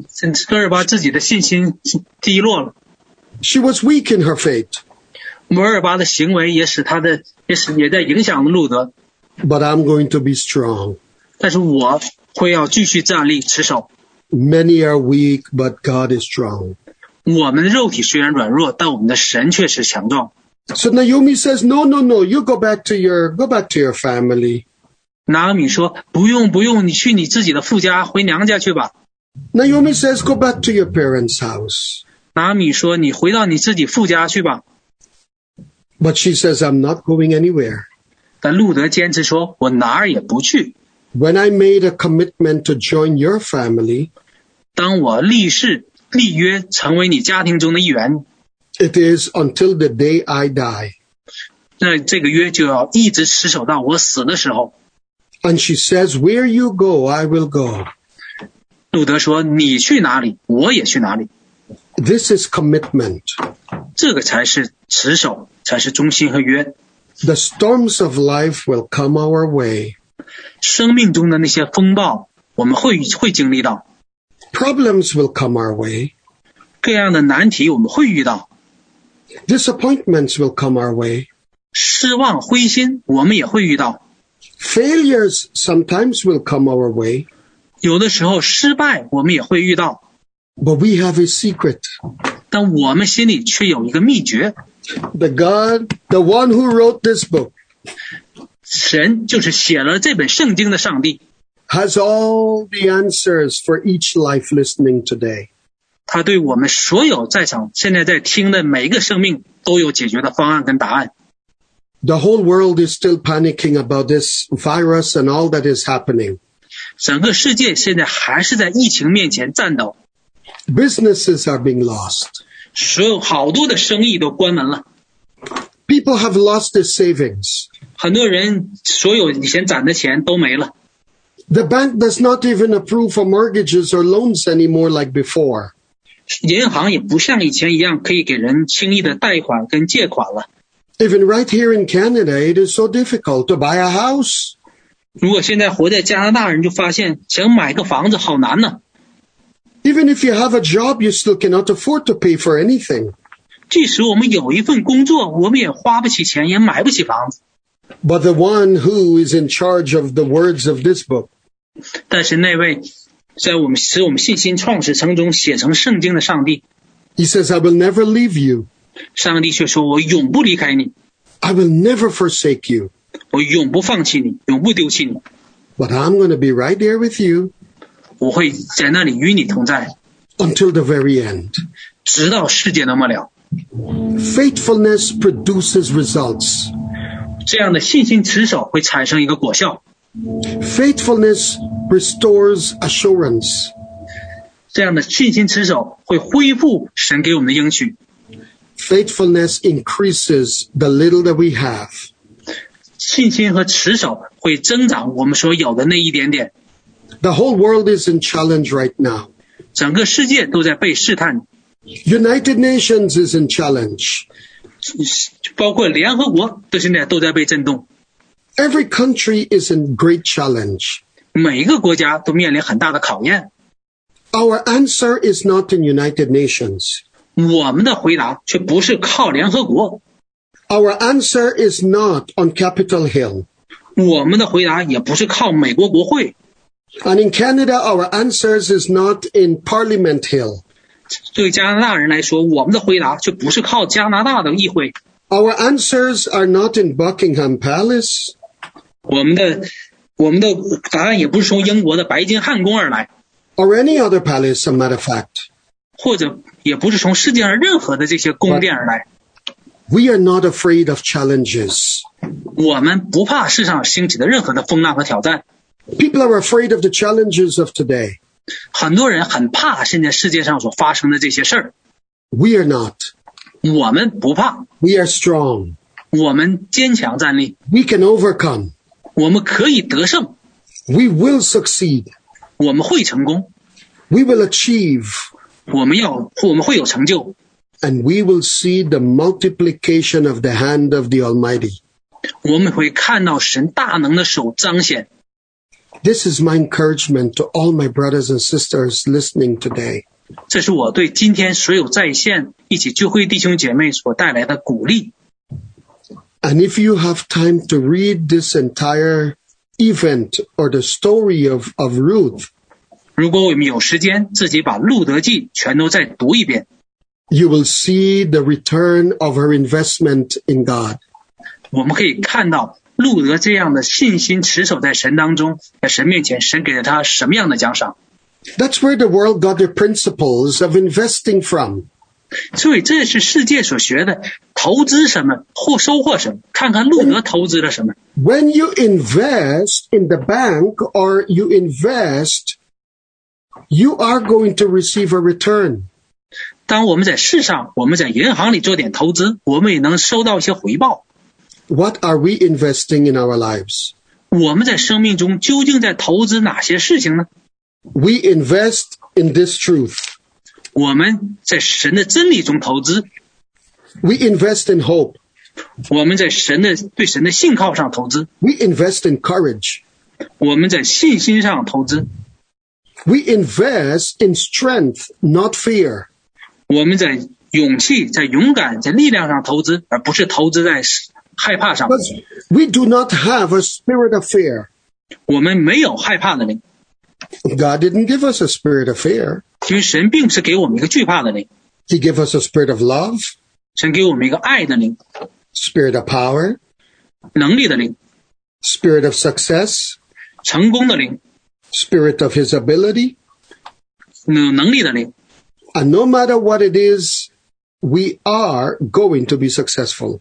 S2: 荷尔巴自己的信心低落了，
S1: She was weak in her faith.
S2: 摩尔巴的行为也使他的，也使也在影响路德。
S1: But I'm going to be strong.
S2: 但是我会要继续站立持守。
S1: Many are weak, but God is strong.
S2: 我们的肉体虽然软弱，但我们的神却是强壮。”
S1: So Naomi says, no, no, no, you go back to your, go back to your family.
S2: 拿俄米说：“不用，不用，你去你自己的父家，回娘家去吧。
S1: Naomi says, go back to your parents' house. ”
S2: 拿俄米说：“你回到你自己父家去吧。
S1: But she says, I'm not going anywhere. ”
S2: 但路德坚持说：“我哪儿也不去。
S1: When I made a commitment to join your family,
S2: 当我立誓立约成为你家庭中的一员，
S1: it is until the day I die.
S2: 那这个约就要一直持守到我死的时候。
S1: And she says, where you go, I will go. ”
S2: 路德说：“你去哪里，我也去哪里。
S1: This is commitment. ”
S2: 这个才是持守，才是忠心和约。
S1: The storms of life will come our way.
S2: 生命中的那些风暴，我们会会经历到，
S1: Problems will come our way.
S2: 各样的难题我们会遇到，
S1: Disappointments will come our way.
S2: 失望、灰心我们也会遇到。
S1: Failures sometimes will come our way.
S2: 有的时候失败我们也会遇到，
S1: But we have a secret.
S2: 但我们心里却有一个秘诀：
S1: The God, the one who wrote this book,
S2: 神就是写了这本圣经的上帝，
S1: has all the answers for each life listening today.
S2: 他对我们所有在场现在在听的每一个生命都有解决的方案跟答案。
S1: The whole world is still panicking about this virus and all that is happening.
S2: 整个世界现在还是在疫情面前战斗，
S1: Businesses are being lost.
S2: 所有好多的生意都关门了，
S1: People have lost their savings.
S2: 很多人所有以前攒的钱都没了。
S1: The bank does not even approve for mortgages or loans anymore like before.
S2: 银行也不像以前一样可以给人轻易的贷款跟借款了。
S1: Even right here in Canada, it is so difficult to buy a house.
S2: 如果现在活在加拿大人就发现，想买个房子好难呢。
S1: Even if you have a job, you still cannot afford to pay for anything.
S2: 即使我们有一份工作，我们也花不起钱，也买不起房子。
S1: But the one who is in charge of the words of this book,
S2: 但是那位在我们使我们信心创始成中写成圣经的上帝，
S1: he says, I will never leave you.
S2: 上帝却说：“我永不离开你，
S1: I will never forsake you.
S2: 我永不放弃你，永不丢弃你，
S1: But I'm going to be right there with you
S2: 我会在那里与你同在，
S1: until the very end.
S2: 直到世界的末了。
S1: Faithfulness produces results. ”
S2: 这样的信心持守会产生一个果效，
S1: Faithfulness restores assurance.
S2: 这样的信心持守会恢复神给我们的应许，
S1: Faithfulness increases the little that we have.
S2: 信心和持守会增长我们所有的那一点点。
S1: The whole world is in challenge right now.
S2: 整个世界都在被试探，
S1: United Nations is in challenge.
S2: 包括联合国都现在都在被震动，
S1: Every country is in great challenge.
S2: 每一个国家都面临很大的考验。
S1: Our answer is not in United Nations.
S2: 我们的回答却不是靠联合国，
S1: Our answer is not on Capitol Hill.
S2: 我们的回答也不是靠美国国会，
S1: And in Canada, our answers is not in Parliament Hill.
S2: 对加拿大人来说，我们的回答却不是靠加拿大的议会，
S1: Our answers are not in Buckingham Palace.
S2: 我们的我们的答案也不是从英国的白金汉宫而来，
S1: or any other palace, a matter of fact.
S2: 或者也不是从世界上任何的这些宫殿而来。
S1: We are not afraid of challenges.
S2: 我们不怕世上兴起的任何的风浪和挑战。
S1: People are afraid of the challenges of today.
S2: 很多人很怕现在世界上所发生的这些事儿，
S1: We are not.
S2: 我们不怕，
S1: We are strong.
S2: 我们坚强站立，
S1: We can overcome.
S2: 我们可以得胜，
S1: We will succeed.
S2: 我们会成功，
S1: We will achieve.
S2: 我们要我们会有成就，
S1: And we will see the multiplication of the hand of the Almighty.
S2: 我们会看到神大能的手彰显。
S1: This is my encouragement to all my brothers and sisters listening today.
S2: 这是我对今天所有在线一起聚会弟兄姐妹所带来的鼓励。
S1: And if you have time to read this entire event or the story of, of Ruth,
S2: 如果我们有时间，自己把《路德记》全都再读一遍，
S1: you will see the return of her investment in God.
S2: 我们可以看到路德这样的信心持守在神当中，在神面前，神给了他什么样的奖赏。
S1: That's where the world got their principles of investing from.
S2: 所以这是世界所学的，投资什么或收获什么，看看路德投资了什么。
S1: When you invest in the bank or you invest, you are going to receive a return.
S2: 当我们在市上，我们在银行里做点投资，我们也能收到一些回报。
S1: What are we investing in our lives?
S2: 我们在生命中究竟在投资哪些事情呢？
S1: We invest in this truth.
S2: 我们在神的真理中投资，
S1: We invest in hope.
S2: 我们在神的对神的信靠上投资，
S1: We invest in courage.
S2: 我们在信心上投资，
S1: We invest in strength, not fear.
S2: 我们在勇气、在勇敢、在力量上投资，而不是投资在害怕上。
S1: Because we do not have a spirit of fear.
S2: 我们没有害怕的灵，
S1: God didn't give us a spirit of fear.
S2: 因为神并不是给我们一个惧怕的灵，
S1: He gave us a spirit of love,
S2: 神给我们一个爱的灵、
S1: spirit of power,
S2: 能力的灵、
S1: spirit of success,
S2: 成功的灵、
S1: spirit of his ability.
S2: 能能力的灵。
S1: And no matter what it is, we are going to be successful.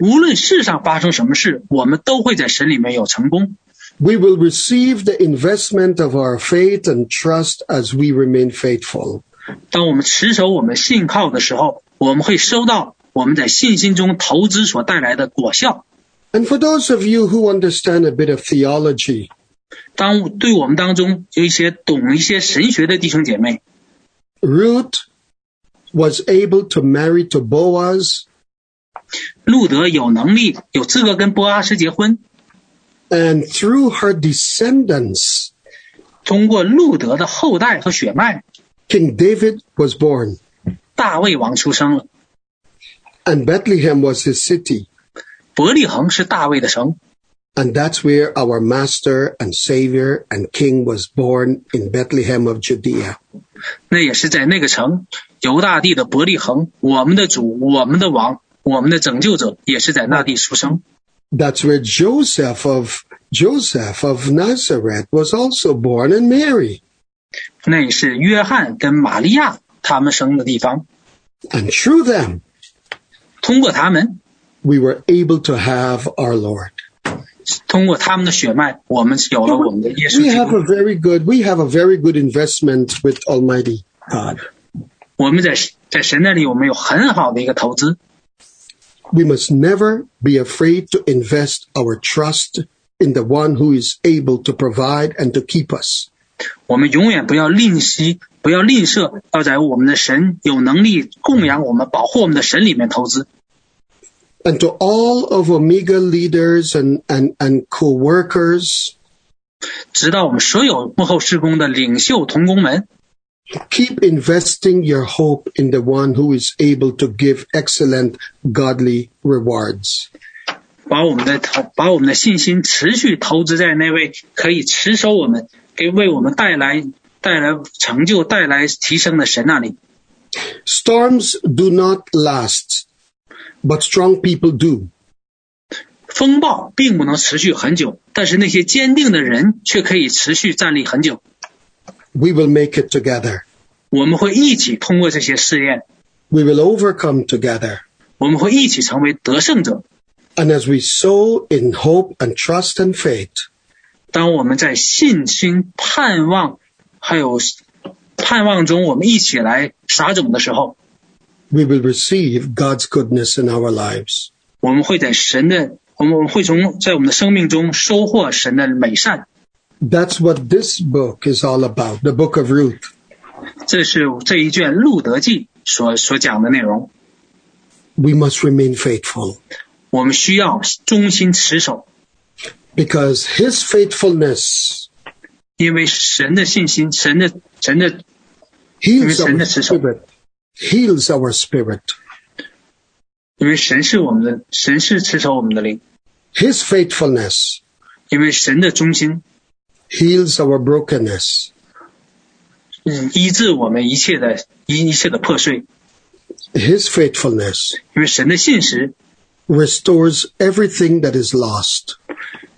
S2: 无论世上发生什么事，我们都会在神里面有成功。
S1: We will receive the investment of our faith and trust as we remain faithful.
S2: 当我们持守我们信靠的时候，我们会收到我们在信心中投资所带来的果效。
S1: And for those of you who understand a bit of theology,
S2: 当对我们当中有一些懂一些神学的弟兄姐妹，
S1: Ruth was able to marry to Boaz
S2: 路德有能力、有资格跟波阿斯结婚。
S1: and through her descendants,
S2: 通过路德的后代和血脉，
S1: King David was born,
S2: 大卫王出生了。
S1: and Bethlehem was his city.
S2: 伯利恒是大卫的城，
S1: And that's where our Master and Savior and King was born in Bethlehem of Judea.
S2: 那也是在那个城，犹大地的伯利恒，我们的主，我们的王，我们的拯救者，也是在那地出生。
S1: That's where Joseph of Joseph of Nazareth was also born, and Mary.
S2: 那也是约翰跟玛利亚他们生的地方。
S1: And through them,
S2: 通过他们，
S1: we were able to have our Lord.
S2: 通过他们的血脉，我们有了我们的耶稣
S1: We
S2: 基
S1: have a
S2: 督。
S1: very good, we have a very good investment with Almighty God.
S2: 我们在在神那里，我们有很好的一个投资。
S1: We must never be afraid to invest our trust in the one who is able to provide and to keep us.
S2: 我们永远不要吝惜，不不要吝啬，要在我们的神有能力供养我们、保护我们的神里面投资。
S1: And to all of Omega leaders and, and, and co workers,
S2: 直到我们所有幕后施工的领袖同工们，
S1: keep investing your hope in the one who is able to give excellent godly rewards.
S2: 把我们的投把我们的信心持续投资在那位可以持守我们、给为我们带来带来成就、带来提升的神那里。
S1: Storms do not last, but strong people do.
S2: 风暴并不能持续很久，但是那些坚定的人却可以持续站立很久。
S1: We will make it together.
S2: 我们会一起通过这些试验，
S1: We will overcome together.
S2: 我们会一起成为得胜者。
S1: And as we sow in hope and trust and faith,
S2: 当我们在信心、盼望还有盼望中，我们一起来撒种的时候，
S1: we will receive God's goodness in our lives.
S2: 我们会在神的，我们我们会从在我们的生命中收获神的美善。
S1: That's what this book is all about, the book of Ruth.
S2: 这是这一卷《路德记》所所讲的内容。
S1: We must remain faithful
S2: 我们需要忠心持守，
S1: because his faithfulness,
S2: 因为神的信心，神的神的
S1: heals our
S2: 因为神的持守。
S1: spirit, heals our spirit.
S2: 因为神是我们的，神是持守我们的灵，
S1: His faithfulness
S2: 因为神的忠心，
S1: heals our brokenness.
S2: 嗯，医治我们一切的一一切的破碎，
S1: His faithfulness
S2: 因为神的信实
S1: restores everything that is lost.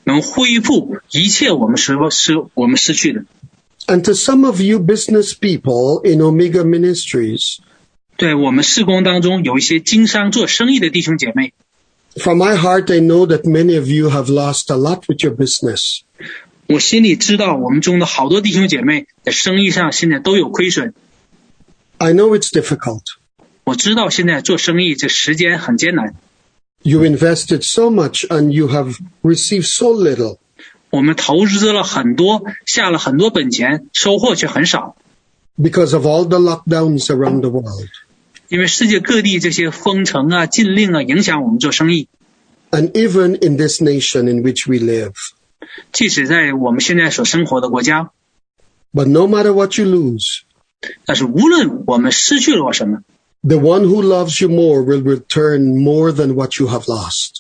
S2: 能恢复一切我们失失我们失去的。
S1: And to some of you business people in Omega Ministries,
S2: 对我们事工当中有一些经商做生意的弟兄姐妹，
S1: from my heart, I know that many of you have lost a lot with your business.
S2: 我心里知道我们中的好多弟兄姐妹在生意上现在都有亏损，
S1: I know it's difficult.
S2: 我知道现在做生意这时间很艰难，
S1: You invested so much and you have received so little.
S2: 我们投资了很多，下了很多本钱，收获却很少，
S1: because of all the lockdowns around the world.
S2: 因为世界各地这些封城啊、禁令啊影响我们做生意。
S1: And even in this nation in which we live.
S2: 即使在我们现在所生活的国家，
S1: But no matter what you lose,
S2: 但是无论我们失去了什么，
S1: the one who loves you more will return more than what you have lost.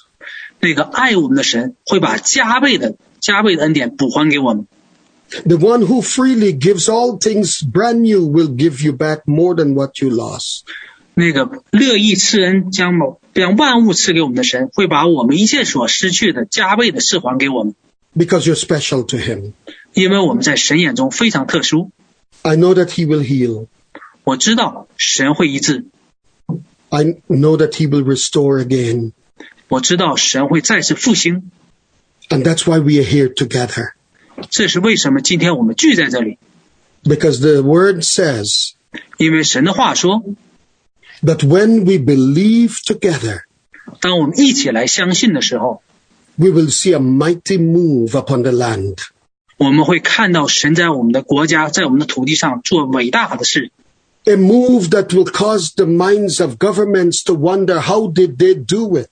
S2: 那个爱我们的神会把加倍的、加倍的恩典补还给我们。
S1: The one who freely gives all things brand new will give you back more than what you lost.
S2: 那个乐意赐恩，将某将万物赐给我们的神，会把我们一切所失去的加倍的赐还给我们，
S1: Because you're special to him.
S2: 因为我们在神眼中非常特殊。
S1: I know that he will heal.
S2: 我知道神会医治，
S1: I know that he will restore again.
S2: 我知道神会再次复兴。
S1: And that's why we are here together.
S2: 这是为什么今天我们聚在这里，
S1: Because the word says
S2: 因为神的话说，
S1: that when we believe together,
S2: 当我们一起来相信的时候，
S1: we will see a mighty move upon the land.
S2: 我们会看到神在我们的国家，在我们的土地上做伟大的事，
S1: A move that will cause the minds of governments to wonder how did they do it?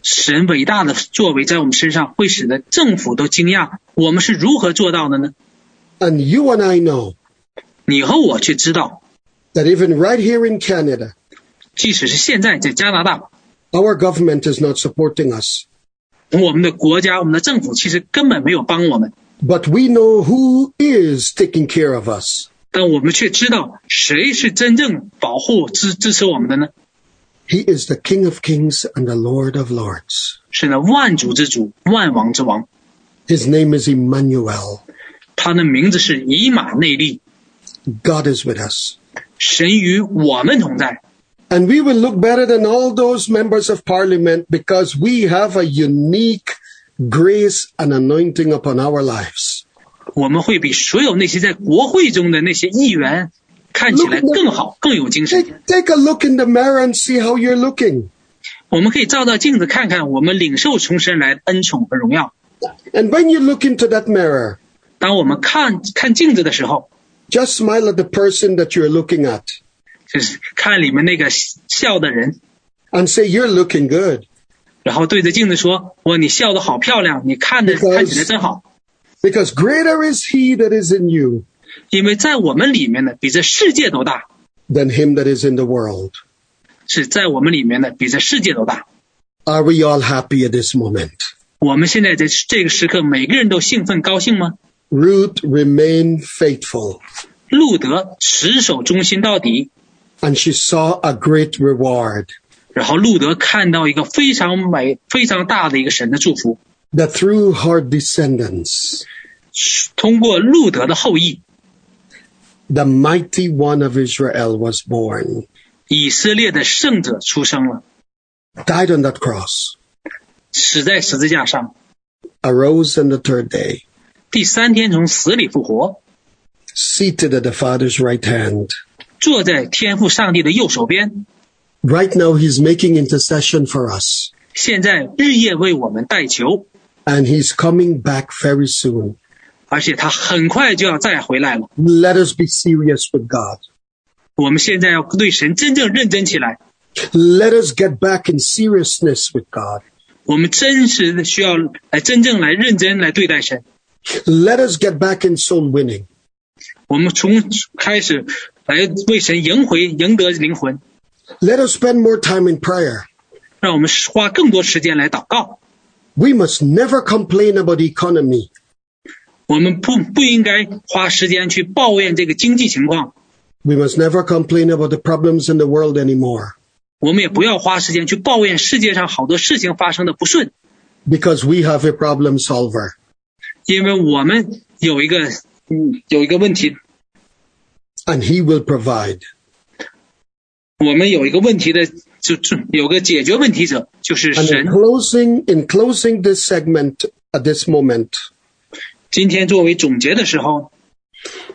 S2: 神伟大的作为在我们身上会使得政府都惊讶，我们是如何做到的呢？
S1: And you and I know
S2: 你和我却知道，
S1: that even right here in Canada,
S2: 即使是现在在加拿大，
S1: our government is not supporting us.
S2: 我们的国家、我们的政府其实根本没有帮我们，
S1: But we know who is taking care of us.
S2: 但我们却知道谁是真正保护支支持我们的呢？
S1: He is the King of Kings and the Lord of Lords.
S2: 是呢，万主之主，万王之王，
S1: His name is Emmanuel.
S2: 他的名字是以马内利，
S1: God is with us.
S2: 神与我们同在。
S1: And we will look better than all those members of parliament because we have a unique grace and anointing upon our lives.
S2: 我们会比所有那些在国会中的那些议员看起来更好、更有精神。
S1: Take, take a look in the mirror and see how you're looking.
S2: 我们可以照照镜子，看看我们领受从神来的恩宠和荣耀。
S1: And when you look into that mirror,
S2: 当我们看看镜子的时候，
S1: Just smile at the person that you're looking at
S2: 就是看里面那个笑的人，
S1: and say, You're looking good.
S2: 然后对着镜子说：“哇，你笑的好漂亮，你看的
S1: Because-
S2: 看起来真好。
S1: Because greater is he that is in you ”
S2: 因为在我们里面呢，比这世界都大；
S1: than him that is in the world.
S2: 是在我们里面呢，比这世界都大。
S1: Are we all happy at this moment?
S2: 我们现在在这个时刻，每个人都兴奋高兴吗？
S1: Ruth remained faithful,
S2: 路德持守忠心到底，
S1: and she saw a great reward
S2: 然后路德看到一个非常美、非常大的一个神的祝福，
S1: that through her descendants,
S2: 通过路德的后裔，
S1: the mighty one of Israel was born,
S2: 以色列的圣者出生了，
S1: died on that cross,
S2: 死在十字架上，
S1: arose on the third day,
S2: 第三天从死里复活，
S1: seated at the Father's right hand.
S2: 坐在天父上帝的右手边，
S1: Right now, he's making intercession for us,
S2: 现在日夜为我们代求，
S1: and he's coming back very soon.
S2: 而且他很快就要再回来了。
S1: Let us be serious with God.
S2: 我们现在要对神真正认真起来，
S1: Let us get back in seriousness with God.
S2: 我们真实的需要来真正来认真来对待神。
S1: Let us get back in soul winning.
S2: 我们从开始来为神赢回、赢得灵魂，
S1: Let us spend more time in prayer.
S2: 让我们花更多时间来祷告。
S1: We must never complain about the economy.
S2: 我们不不应该花时间去抱怨这个经济情况，
S1: We must never complain about the problems in the world anymore
S2: 我们也不要花时间去抱怨世界上好多事情发生的不顺，
S1: because we have a problem solver.
S2: 因为我们有一个嗯有一个问题，
S1: and he will provide.
S2: 我们有一个问题的就就有个解决问题者，就是
S1: And
S2: 神
S1: in。closing, in closing this segment at this moment,
S2: 今天作为总结的时候，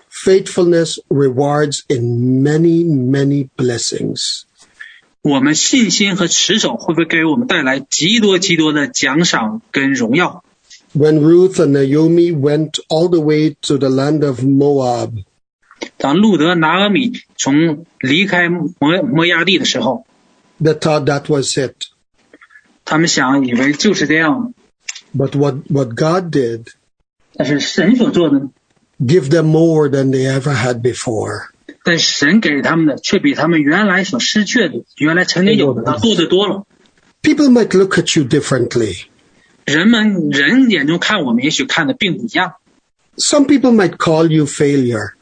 S1: faithfulness rewards in many, many blessings.
S2: 我们信心和持守会不会给我们带来极多极多的奖赏跟荣耀？
S1: When Ruth and Naomi went all the way to the land of Moab,
S2: 当路德拿阿米从离开摩摩崖地的时候，
S1: they thought that was it.
S2: 他们想以为就是这样，
S1: But what, what God did,
S2: 但是神所做的，
S1: give them more than they ever had before.
S2: 但神给他们的却比他们原来所失去的、原来曾经有的多得多了。
S1: People might look at you differently.
S2: 人们人眼中看我们，也许看的并不一样。
S1: Some people might call you failure.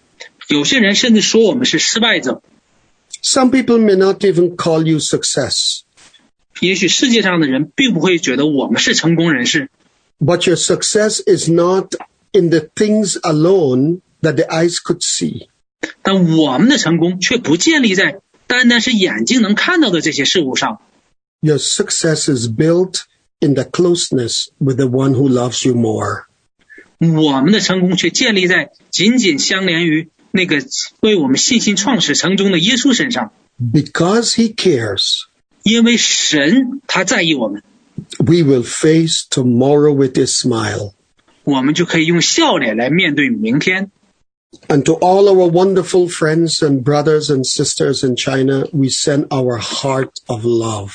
S2: 有些人甚至说我们是失败者，
S1: Some people may not even call you success.
S2: 也许世界上的人并不会觉得我们是成功人士，
S1: But your success is not in the things alone that the eyes could see.
S2: 但我们的成功却不建立在单单是眼睛能看到的这些事物上。
S1: Your success is built in the closeness with the one who loves you more.
S2: 我们的成功却建立在紧紧相连于那个为我们信心创始成终的耶稣身上，
S1: Because he cares,
S2: 因为神他在意我们，
S1: we will face tomorrow with a smile.
S2: 我们就可以用笑脸来面对明天。
S1: And to all our wonderful friends and brothers and sisters in China, we send our heart of love.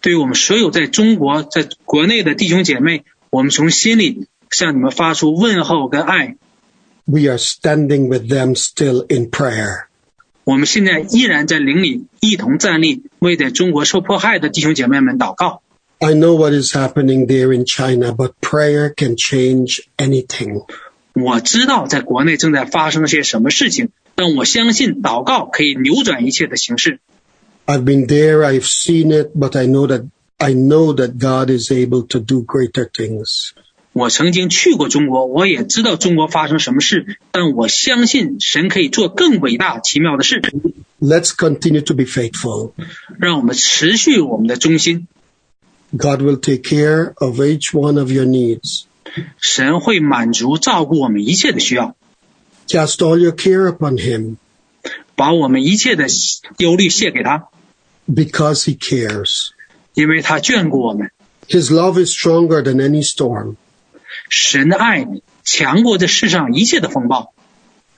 S2: 对于我们所有在中国、在国内的弟兄姐妹，我们从心里向你们发出问候跟爱。
S1: We are standing with them still in prayer.
S2: 我们现在依然在邻里一同站立，为在中国受迫害的弟兄姐妹们祷告。
S1: I know what is happening there in China, but prayer can change anything.
S2: 我知道在国内正在发生些什么事情，但我相信祷告可以扭转一切的形势。
S1: I've been there, I've seen it, but I know that I know that God is able to do greater things.
S2: 我曾经去过中国，我也知道中国发生什么事，但我相信神可以做更伟大、奇妙的事。
S1: Let's continue to be faithful.
S2: 让我们持续我们的忠心，
S1: God will take care of each one of your needs.
S2: 神会满足、照顾我们一切的需要，
S1: Cast all your care upon him
S2: 把我们一切的忧虑卸给他，
S1: because he cares.
S2: 因为他眷顾我们。
S1: His love is stronger than any storm.
S2: 神的爱强过这世上一切的风暴。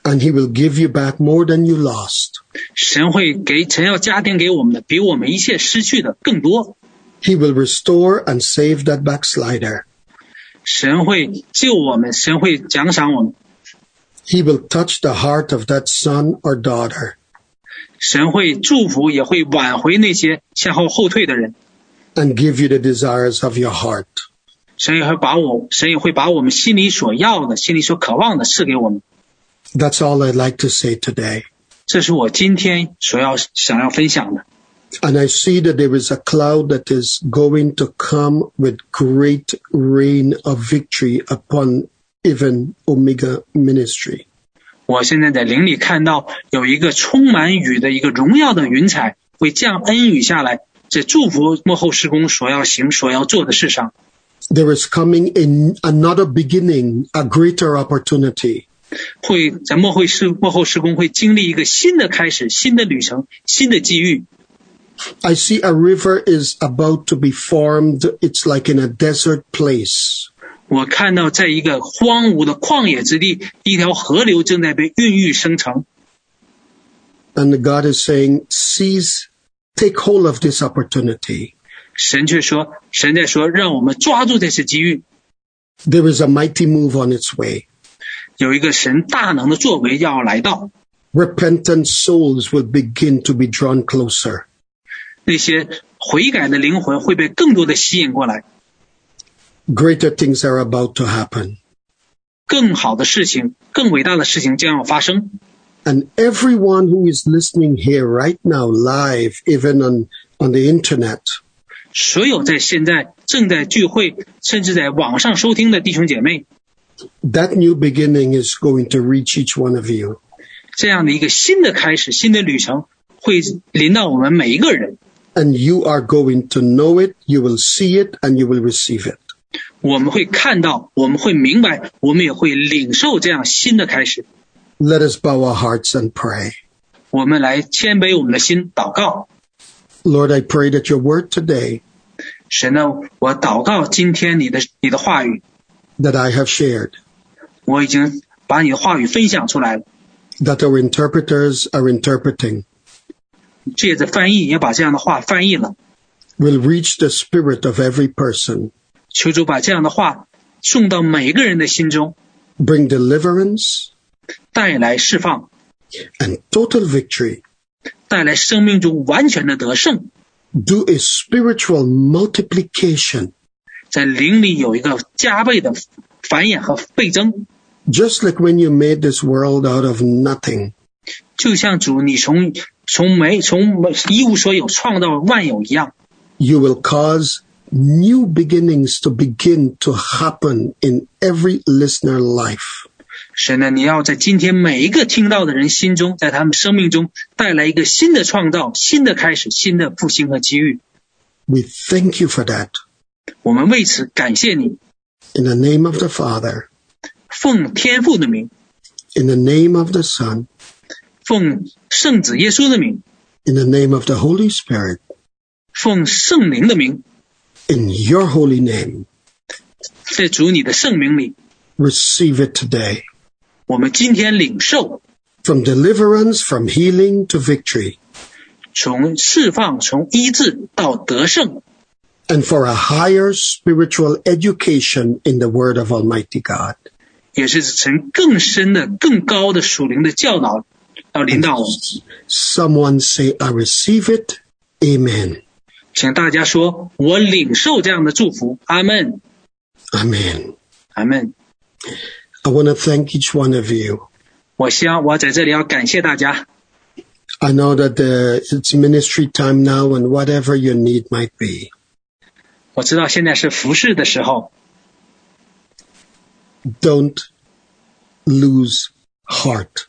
S1: and he will give you back more than you lost.
S2: 神会给神要加添给我们的，比我们一切失去的更多。
S1: He will restore and save that backslider.
S2: 神会救我们，神会奖赏我们，
S1: He will touch the heart of that son or daughter,
S2: 神会祝福，也会挽回那些向后后退的人。
S1: and give you the desires of your heart.
S2: 神也会把我，神也会把我们心里所要的、心里所渴望的赐给我们。
S1: That's all I'd like to say today.
S2: 这是我今天所要想要分享的。
S1: And I see that there is a cloud that is going to come with great rain of victory upon even Omega ministry.
S2: 我现在在灵里看到有一个充满雨的一个荣耀的云彩会降恩雨下来，这祝福幕后施工所要行、所要做的事上。
S1: There is coming in another beginning, a greater opportunity.
S2: 会在幕后施幕后施工会经历一个新的开始、新的旅程、新的机遇。
S1: I see a river is about to be formed. It's like in a desert place.
S2: 我看到在一个荒芜的旷野之地，一条河流正在被孕育生成。
S1: And God is saying, seize, take hold of this opportunity.
S2: 神却说，神在说，让我们抓住这次机遇。
S1: There is a mighty move on its way.
S2: 有一个神大能的作为要来到，
S1: Repentant souls will begin to be drawn closer.
S2: 那些悔改的灵魂会被更多的吸引过来，
S1: Greater things are about to happen.
S2: 更好的事情、更伟大的事情将要发生。
S1: And everyone who is listening here right now, live, even on, on the internet,
S2: 所有在现在正在聚会，甚至在网上收听的弟兄姐妹，
S1: that new beginning is going to reach each one of you.
S2: 这样的一个新的开始、新的旅程会临到我们每一个人。
S1: and you are going to know it, you will see it, and you will receive it.
S2: 我们会看到，我们会明白，我们也会领受这样新的开始。
S1: Let us bow our hearts and pray.
S2: 我们来谦卑我们的心，祷告。
S1: Lord, I pray that your word today
S2: 神呢，我祷告今天你的你的话语，
S1: that I have shared,
S2: 我已经把你的话语分享出来了，
S1: that our interpreters are interpreting,
S2: 借着翻译也把这样的话翻译了。
S1: will reach the spirit of every person,
S2: 求主把这样的话送到每个人的心中，
S1: bring deliverance
S2: 带来释放，
S1: and total victory.
S2: 带来生命中完全的得胜，
S1: Do a spiritual multiplication,
S2: 在灵里有一个加倍的繁衍和倍增。
S1: just like when you made this world out of nothing.
S2: 就像主你从从没从没一无所有创造万有一样，
S1: you will cause new beginnings to begin to happen in every listener life.
S2: 神啊呢，你要在今天每一个听到的人心中，在他们生命中带来一个新的创造、新的开始、新的复兴和机遇。
S1: We thank you for that.
S2: 我们为此感谢你，
S1: In the name of the Father,
S2: 奉天父的名，
S1: in the name of the Son,
S2: 奉圣子耶稣的名，
S1: in the name of the Holy Spirit,
S2: 奉圣灵的名，
S1: in your holy name,
S2: 在主你的圣名里，
S1: receive it today.
S2: 我们今天领受
S1: From deliverance, from healing to victory,
S2: 从释放、从医治到得胜，
S1: and for a higher spiritual education in the Word of Almighty God.
S2: 也是神更深的、更高的属灵的教导，要领导我们。
S1: Someone say, I receive it. Amen.
S2: 请大家说：“我领受这样的祝福。”阿门，
S1: Amen.
S2: 阿门。
S1: I want to thank each one of you.
S2: 我希望我在这里要感谢大家。
S1: I know that uh, it's ministry time now, and whatever your need might be,
S2: 我知道现在是服侍的时候，
S1: don't lose heart.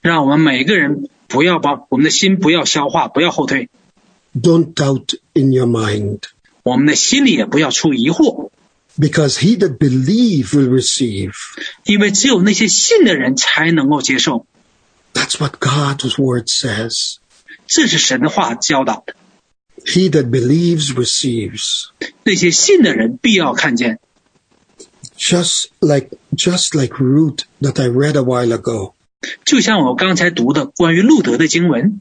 S2: 让我们每一个人不要把我们的心不要消化，不要后退，
S1: Don't doubt in your mind,
S2: 我们的心里也不要出疑惑，
S1: because he that believe will receive.
S2: 因为只有那些信的人才能够接受。
S1: That's what God's word says.
S2: 这是神的话教导的。
S1: He that believes receives.
S2: 那些信的人必要看见，
S1: Just like just like Ruth that I read a while ago.
S2: 就像我刚才读的关于路德的经文，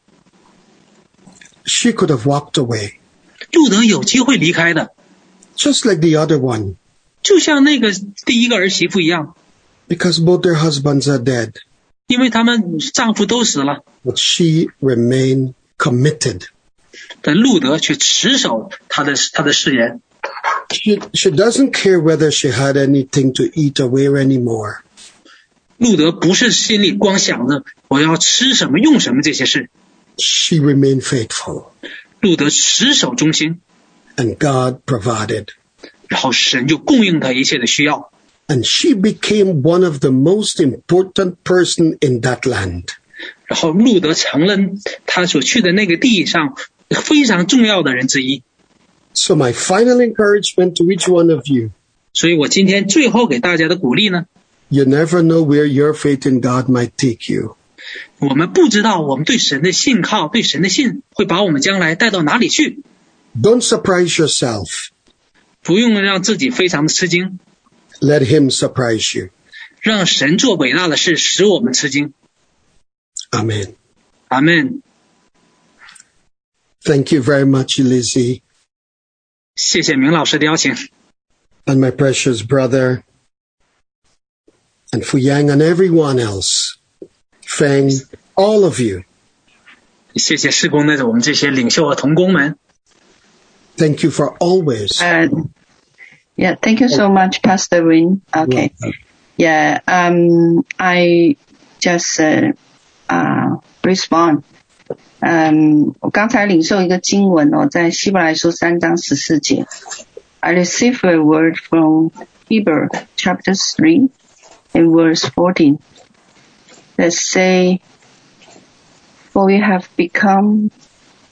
S1: She could have walked away,
S2: 路德有机会离开的，
S1: just like the other one,
S2: 就像那个第一个儿媳妇一样，
S1: because both their husbands are dead.
S2: 因为他们丈夫都死了，
S1: But she remained committed.
S2: 但路德却持守他的他的誓言，
S1: She, she doesn't care whether she had anything to eat or wear anymore.
S2: 路德不是心里光想着我要吃什么用什么这些事，
S1: She remained faithful,
S2: 路德持守忠心，
S1: and God provided.
S2: 然后神就供应他一切的需要，
S1: And she became one of the most important person in that land.
S2: 然后路德成了他所去的那个地上非常重要的人之一。
S1: So my final encouragement to each one of you,
S2: 所以我今天最后给大家的鼓励呢，
S1: you never know where your faith in God might take you.
S2: 我们不知道我们对神的信靠、对神的信会把我们将来带到哪里去，
S1: Don't surprise yourself.
S2: 不用让自己非常的吃惊，
S1: Let him surprise you.
S2: 让神做伟大的事使我们吃惊。
S1: Amen.
S2: 阿门。
S1: Thank you very much, Lizzie,
S2: 谢谢明老师的邀请，
S1: and my precious brother, and Fuyang and everyone else. Fang, all of you.
S2: 谢谢施工的我们这些领袖和同工们。
S1: Thank you for always.
S3: Uh, yeah, thank you so much, Pastor Win. Okay. Yeah, um, I just uh, uh, respond. 嗯，我刚才领受一个经文哦，在希伯来书三章十四节。I received a word from Hebrew chapter three and verse fourteen that say, "For we have become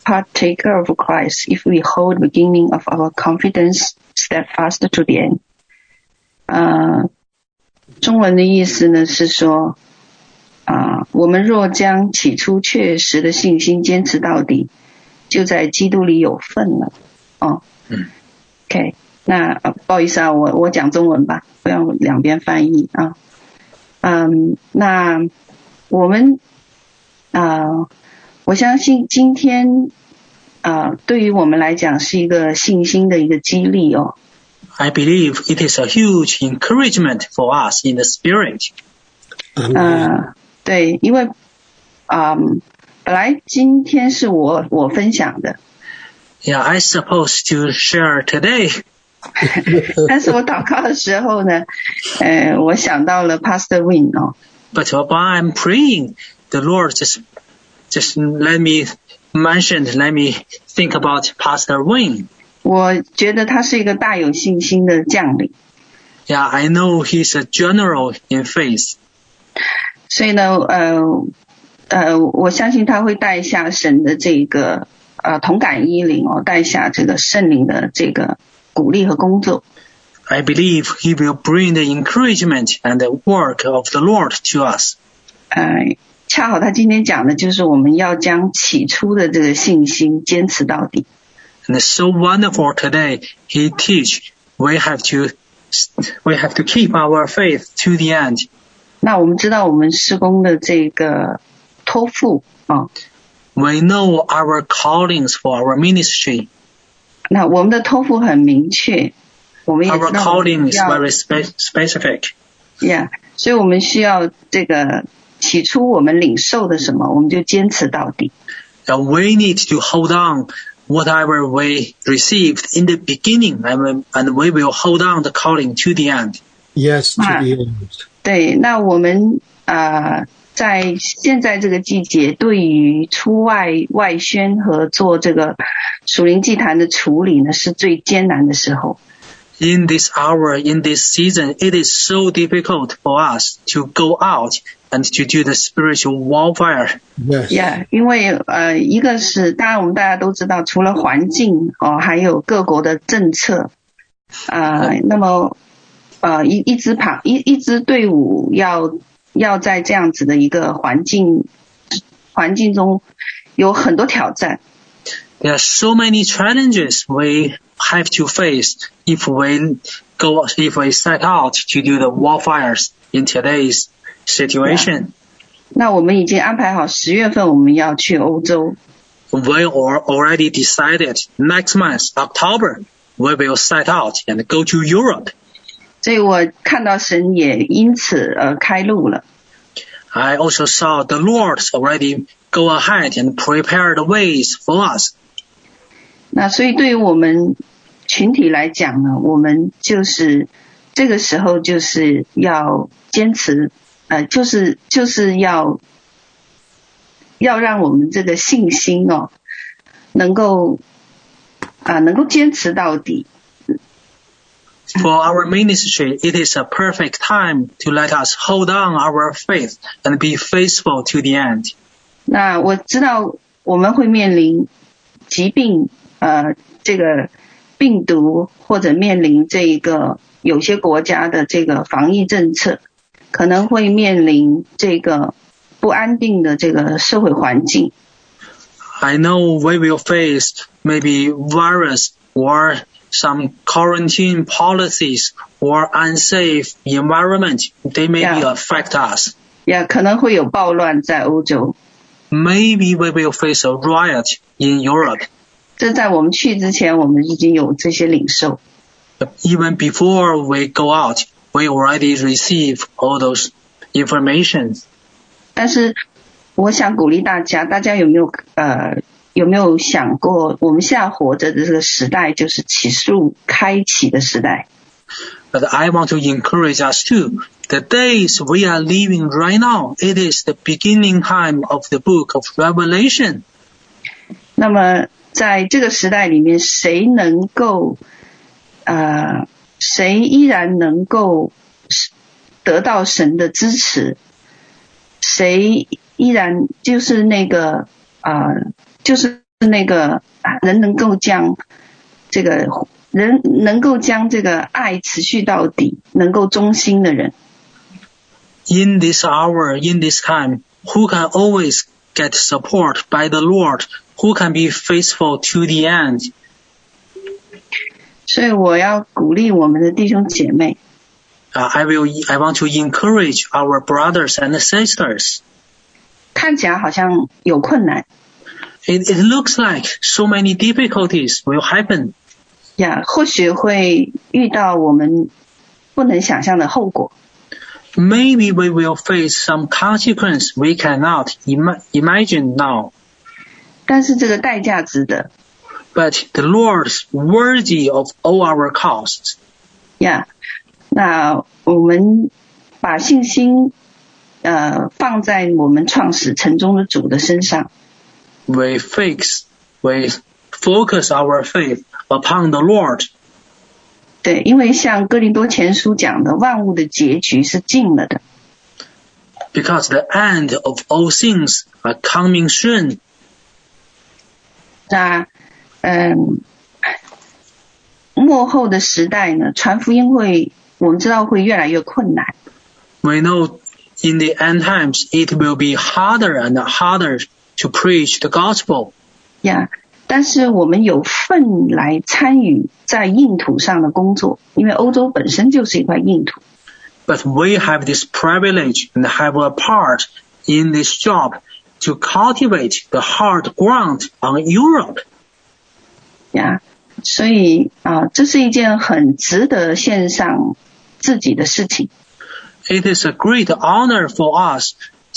S3: partaker of Christ if we hold the beginning of our confidence steadfast to the end。呃，Uh, 中文的意思呢是说，啊、我们若将起初确实的信心坚持到底，就在基督里有份了。哦，
S2: 嗯
S3: ，OK，那、呃不好意思啊，我我讲中文吧，不要两边翻译啊。嗯，那我们啊。呃我相信今天，啊，对于我们来讲是一个信心的一个激励哦。
S2: I believe it is a huge encouragement for us in the spirit.
S1: Amen.
S3: 呃，对，因为，啊、本来今天是我我分享的，
S2: Yeah, I supposed to share today.
S3: 但是我祷告的时候呢，呃，我想到了 Pastor Win 哦，
S2: But while I'm praying, the Lord just just let me mention, let me think about Pastor Wayne.
S3: 我觉得他是一个大有信心的将领，
S2: Yeah, I know he's a general in faith.
S3: 所以呢，呃，呃，我相信他会带下神的这个呃同感衣领哦，带下这个圣灵的这个鼓励和工作。
S2: I believe he will bring the encouragement and the work of the Lord to us.
S3: 呃，恰好他今天讲的就是我们要将起初的这个信心坚持到底。
S2: And it's so wonderful today. He teach we have to we have to keep our faith to the end.
S3: 那我们知道我们施工的这个托付啊、
S2: We know our callings for our ministry.
S3: 那我们的托付很明确，我们也
S2: Our
S3: 知道我
S2: calling
S3: 们
S2: is
S3: 要
S2: very spe- specific.
S3: yeah，所以我们需要这个起初我们领受的什么，我们就坚持到底。
S2: that we need to hold on whatever we received in the beginning and we, and we will hold on the calling to the end.
S1: Yes, to
S3: Amen.
S1: the end.
S3: 对，那我们呃，在现在这个季节，对于出外外宣和做这个属灵祭坛的处理呢，是最艰难的时候。
S2: In this hour, in this season, it is so difficult for us to go out and to do the spiritual warfare.
S1: Yes.
S3: Yeah，因为呃，一个是当然我们大家都知道，除了环境哦，还有各国的政策，呃，那么呃一一支旁一一支队伍要要在这样子的一个环境环境中，有很多挑战。
S2: There are so many challenges we have to face if we go, if we set out to do the warfires in today's situation.
S3: 那我们已经安排好十月份我们要去欧洲。
S2: We are already decided next month, October, we will set out and go to Europe.
S3: 所以我看到神也因此而开路了。
S2: I also saw the Lord already go ahead and prepare the ways for us.
S3: 那所以对于我们群体来讲呢，我们就是这个时候就是要坚持，呃，就是就是要要让我们这个信心哦，能够啊、能够坚持到底。
S2: For our ministry, it is a perfect time to let us hold on our faith and be faithful to the end.
S3: 那我知道我们会面临疾病，呃，这个病毒或者面临这一个有些国家的这个防疫政策，可能会面临这个不安定的这个社会环境。
S2: I know we will face maybe virus or some quarantine policies or unsafe environment. They may
S3: Yeah.
S2: affect us.
S3: 也可能会有暴乱在欧洲。
S2: Maybe we will face a riot in Europe.
S3: 这在我们去之前，我们已经有这些领受。
S2: Even before we go out, we already receive all those information.
S3: 但是我想鼓励大家，大家有没有呃有没有想过，我们现在活着的这个时代就是起诉开启的时代。
S2: But I want to encourage us too. The days we are living right now, it is the beginning time of the book of Revelation.
S3: 那么在这个时代里面，谁能够呃谁依然能够得到神的支持？谁依然就是那个啊、呃就是那个啊人能够将这个人能够将这个爱持续到底，能够忠心的人。
S2: In this hour, in this time, who can always get support by the Lord? Who can be faithful to the end?
S3: 所以我要鼓励我们的弟兄姐妹，
S2: Uh, I will, I want to encourage our brothers and sisters.
S3: 看起来好像有困难，
S2: It, it looks like so many difficulties will happen.
S3: 呀，或许会遇到我们不能想象的后果。
S2: Maybe we will face some consequence we cannot ima- imagine now.
S3: 但是这个代价值得
S2: but the Lord is worthy of all our costs.
S3: 呀。那我们把信心呃放在我们创始成中的主的身上，
S2: We fix, we focus our faith upon the Lord.
S3: 对，因为像哥林多前书讲的，万物的结局是近了的。
S2: Because the end of all things are coming soon.
S3: 那嗯，幕后的时代呢，传福音会我们知道会越来越困难。
S2: We know in the end times it will be harder and harder to preach the gospel.
S3: 呀但是我们有份来参与在硬土上的工作，因为欧洲本身就是一块硬土。
S2: But we have this privilege and have a part in this job to cultivate the hard ground on Europe.
S3: 呀，所以啊、这是一件很值得献上自己的事情。
S2: it is a great honor for us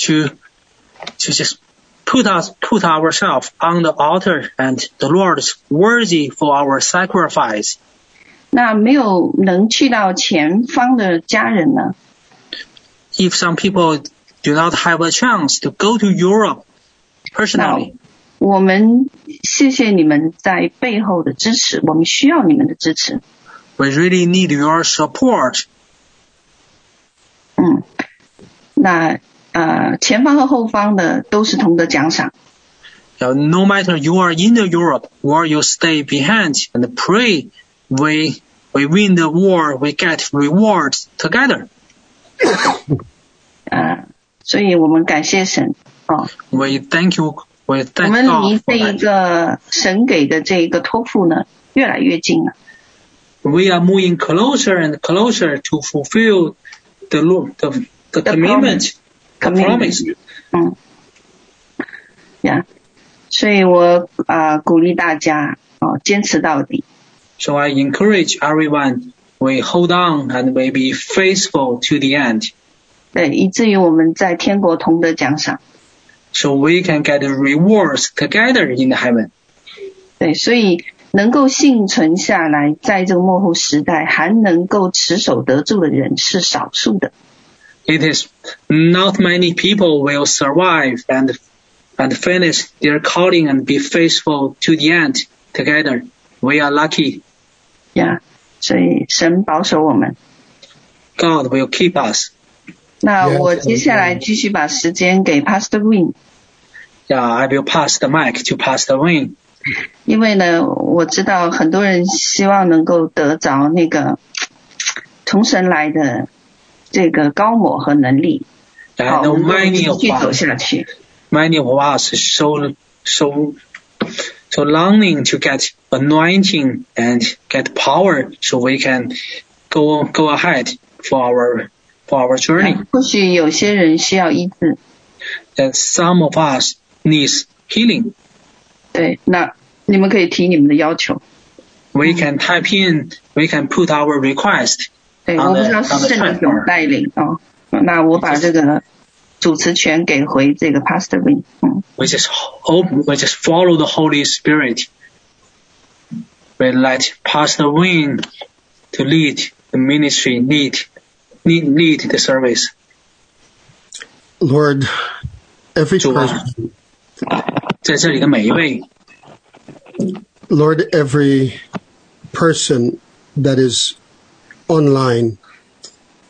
S2: to to just put us put ourselves on the altar and the Lord is worthy for our sacrifice.
S3: 那没有能去到前方的家人呢，
S2: If some people do not have a chance to go to Europe personally,
S3: 我们谢谢你们在背后的支持，我们需要你们的支持。
S2: we really need your support.
S3: 嗯，那呃，前方和后方的都是同德奖赏。
S2: You know, no matter you are in the Europe or you stay behind and pray, we we win the war, we get rewards together.
S3: 呃，所以我们感谢神哦，
S2: We thank you. We
S3: 我
S2: thank
S3: 们
S2: God.
S3: 离
S2: for
S3: 这一
S2: that.
S3: 个神给的这一个托付呢，越来越近了。
S2: we are moving closer and closer to fulfill the lo- the, the, commitment,
S3: promise.
S2: the promise.
S3: 嗯，呀、所以我啊、呃鼓励大家哦，坚持到底。
S2: So I encourage everyone, we hold on and we be faithful to the end.
S3: 对，以至于我们在天国同得奖赏。
S2: So we can get the rewards together in heaven.
S3: 对，所以能够幸存下来，在这个幕后时代还能够持守得住的人是少数的。
S2: It is not many people will survive and, and finish their calling and be faithful to the end together. We are lucky.
S3: 呀、所以神保守我们。
S2: God will keep us.
S3: 那
S1: Yes，
S3: 我接下来继续把时间给 Pastor Win，
S2: Yeah, I will pass the mic to Pastor Wayne.
S3: 因为呢，我知道很多人希望能够得着那个从神来的这个高某和能力，
S2: I
S3: 好，
S2: know
S3: 我们
S2: many
S3: 继
S2: of
S3: 续走
S2: us,
S3: 下去。
S2: many of us so so so longing to get anointing and get power, so we can go go ahead for our for our journey.
S3: 哎或许有些人需要医治，
S2: That some of us needs healing.
S3: 对，那你们可以提你们的要求。
S2: We can type in, we can put our request.
S3: 对，
S2: 好
S3: 我
S2: 的
S3: 不知道
S2: 好
S3: 是
S2: 的太
S3: 圣灵
S2: 好
S3: 怎么
S2: 了
S3: 带领哦。那我把这个主持权给回这个 Pastor Win，嗯，
S2: We just hope, we just follow the Holy Spirit. We let Pastor Wayne to lead the ministry, lead, lead, lead the service.
S1: Lord, every
S2: 主啊
S1: person,
S2: 在这里的每一位，
S1: Lord, every person that is online,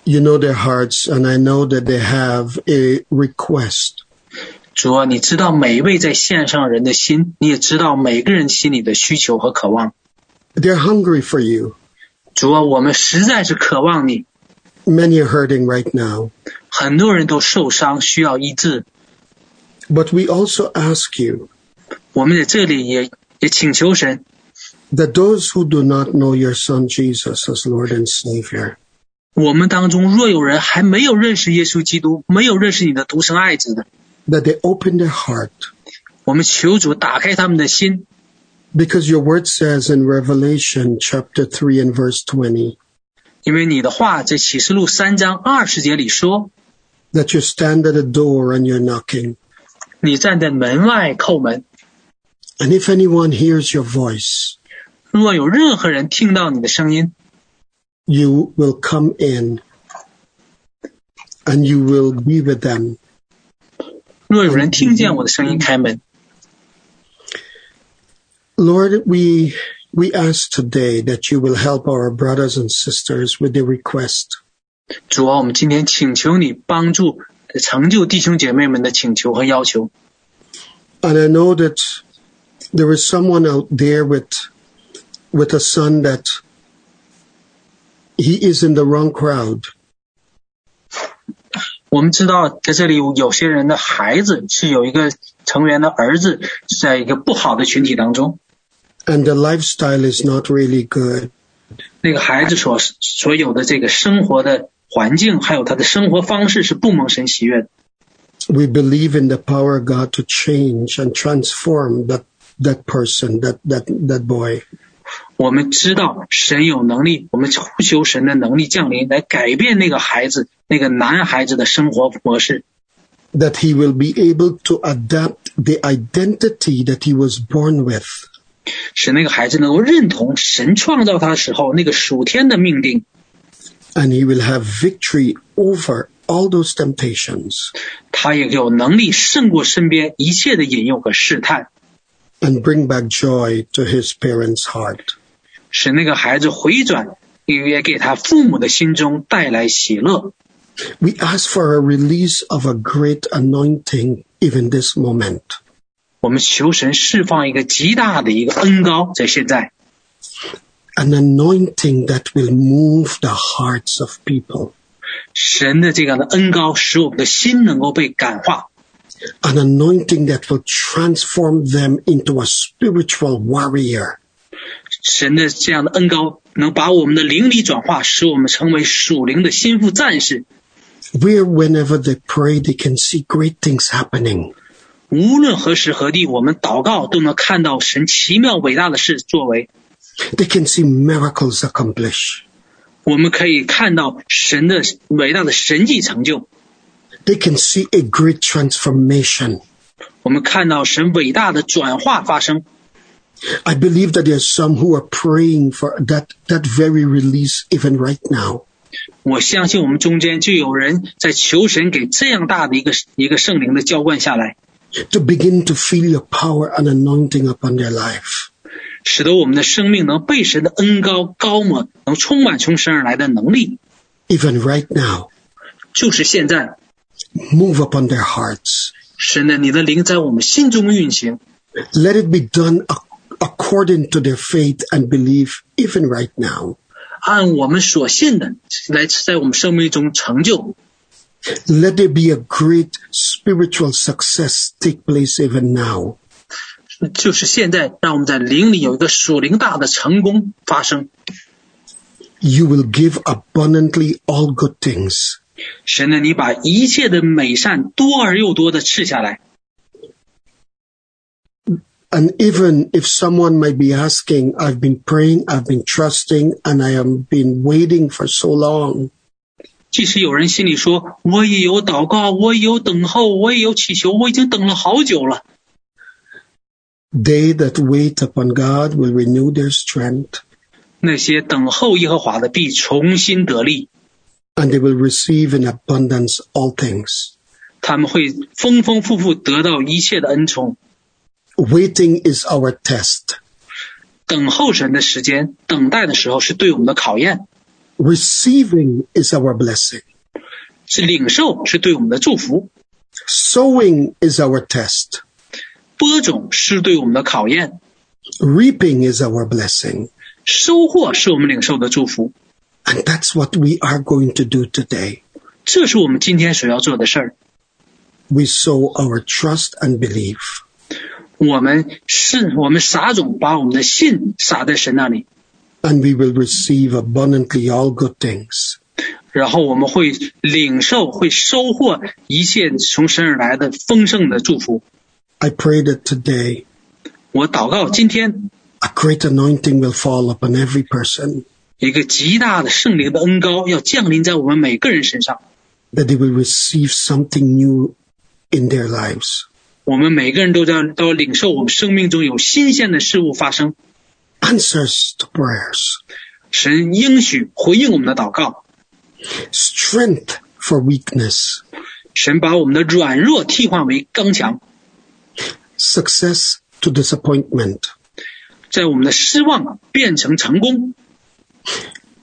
S1: you know their hearts, and I know that they have a request.
S2: 主啊，你知道每一位在线上人的心，你也知道每个人心里的需求和渴望。
S1: They're hungry for you.
S2: 主啊，我们实在是渴望你。
S1: Many are hurting right now.
S2: 很多人都受伤，需要医治。
S1: But we also ask you
S2: 我们在这里也也请求神，
S1: that those who do not know your son Jesus as Lord and Savior,
S2: 我们当中若有人还没有认识耶稣基督，没有认识你的独生爱子的，
S1: that they open their heart.
S2: 我们求主打开他们的心，
S1: Because your word says in Revelation chapter 3 and verse 20
S2: 因为你的话在启示录三章二十节里说，
S1: that you stand at a door and you're knocking.
S2: 你站在门外叩门，
S1: And if anyone hears your voice,
S2: 若有任何人听到你的声音，
S1: you will come in and you will be with them.
S2: 若有人听见我的声音开门，
S1: Lord, we, we ask today that you will help our brothers and sisters with their request.
S2: 主啊，我们今天请求你帮助成就弟兄姐妹们的请求和要求。
S1: And I know that there is someone out there with, with a son that he is in the wrong crowd.
S2: 我们知道，在这里有些人的孩子是有一个成员的儿子是在一个不好的群体当中，
S1: and the lifestyle is not really good.
S2: 那个孩子所所有的这个生活的环境，还有他的生活方式是不蒙神喜悦的。
S1: We believe in the power of God to change and transform that that person, that that that boy.
S2: 我们知道神有能力，我们呼求神的能力降临，来改变那个孩子，那个男孩子的生活模式，
S1: That he will be able to adapt the identity that he was born with.
S2: 使那个孩子能够认同神创造他的时候那个属天的命定，
S1: And he will have victory over all those temptations
S2: 他也有能力胜过身边一切的引诱和试探，
S1: and bring back joy to his parents' heart.
S2: 使那个孩子回转，也给他父母的心中带来喜乐。
S1: We ask for a release of a great anointing even this moment.
S2: 我们求神释放一个极大的一个恩高，在现在
S1: An anointing that will move the hearts of people.
S2: 神的这样的恩高，使我们的心能够被感化，
S1: an anointing that will transform them into a spiritual warrior,
S2: 神的这样的恩高能把我们的灵力转化，使我们成为属灵的心腹战士，
S1: where whenever they pray, they can see great things happening.
S2: 无论何时何地，我们祷告都能看到神奇妙伟大的事作为。
S1: They can see miracles accomplished.
S2: 我们可以看到神的伟大的神迹成就，
S1: They can see a great transformation.
S2: 我们看到神伟大的转化发生。
S1: I believe that there's some who are praying for that, that very release even right now.
S2: 我相信我们中间就有人在求神给这样大的一个一个圣灵的浇灌下来，
S1: To begin to feel your power and anointing upon their life.
S2: 使得我们的生命能被神的恩高高抹，能充满从神而来的能力。
S1: Even right now.
S2: 就是现在，
S1: Move upon their hearts.
S2: 神的你的灵在我们心中运行，
S1: Let it be done ac- according to their faith and belief even right now.
S2: 按我们所信的来在我们生命中成就。
S1: Let there be a great spiritual success take place even now.
S2: 就是现在，让我们在灵里有一个属灵大的成功发生。
S1: You will give abundantly all good things.
S2: 神呢，你把一切的美善多而又多的赐下来。
S1: And even if someone might be asking, I've been praying, I've been trusting, and I have been waiting for so long.
S2: 即使有人心里说：“我也有祷告，我也有等候，我也有祈求，我已经等了好久了。
S1: They that wait upon God will renew their strength ”
S2: 那些等候耶和华的必重新得力，
S1: and they will receive in abundance all things.
S2: 他们会丰丰富富得到一切的恩宠。
S1: Waiting is our test.
S2: 等候神的时间，等待的时候是对我们的考验，
S1: Receiving is our blessing.
S2: 是领受是对我们的祝福，
S1: Sowing is our test.
S2: 播种是对我们的考验，
S1: Reaping is our blessing.
S2: 收获是我们领受的祝福。
S1: And that's what we are going to do today.
S2: 这是我们今天所要做的事儿。
S1: We sow our trust and belief.
S2: 我们是我们撒种，把我们的信撒在神那里，
S1: and we will receive abundantly all good things.
S2: 然后我们会领受，会收获一切从神而来的丰盛的祝福。
S1: I pray that today
S2: 我祷告，今天
S1: a great anointing will fall upon every person,
S2: 一个极大的圣灵的恩高要降临在我们每个人身上，
S1: that they will receive something new in their lives,
S2: 我们每个人都在都要领受我们生命中有新鲜的事物发生。
S1: answers to prayers,
S2: 神应许回应我们的祷告，
S1: strength for weakness,
S2: 神把我们的软弱替换为刚强，
S1: success to disappointment,
S2: 在我们的失望变成成功，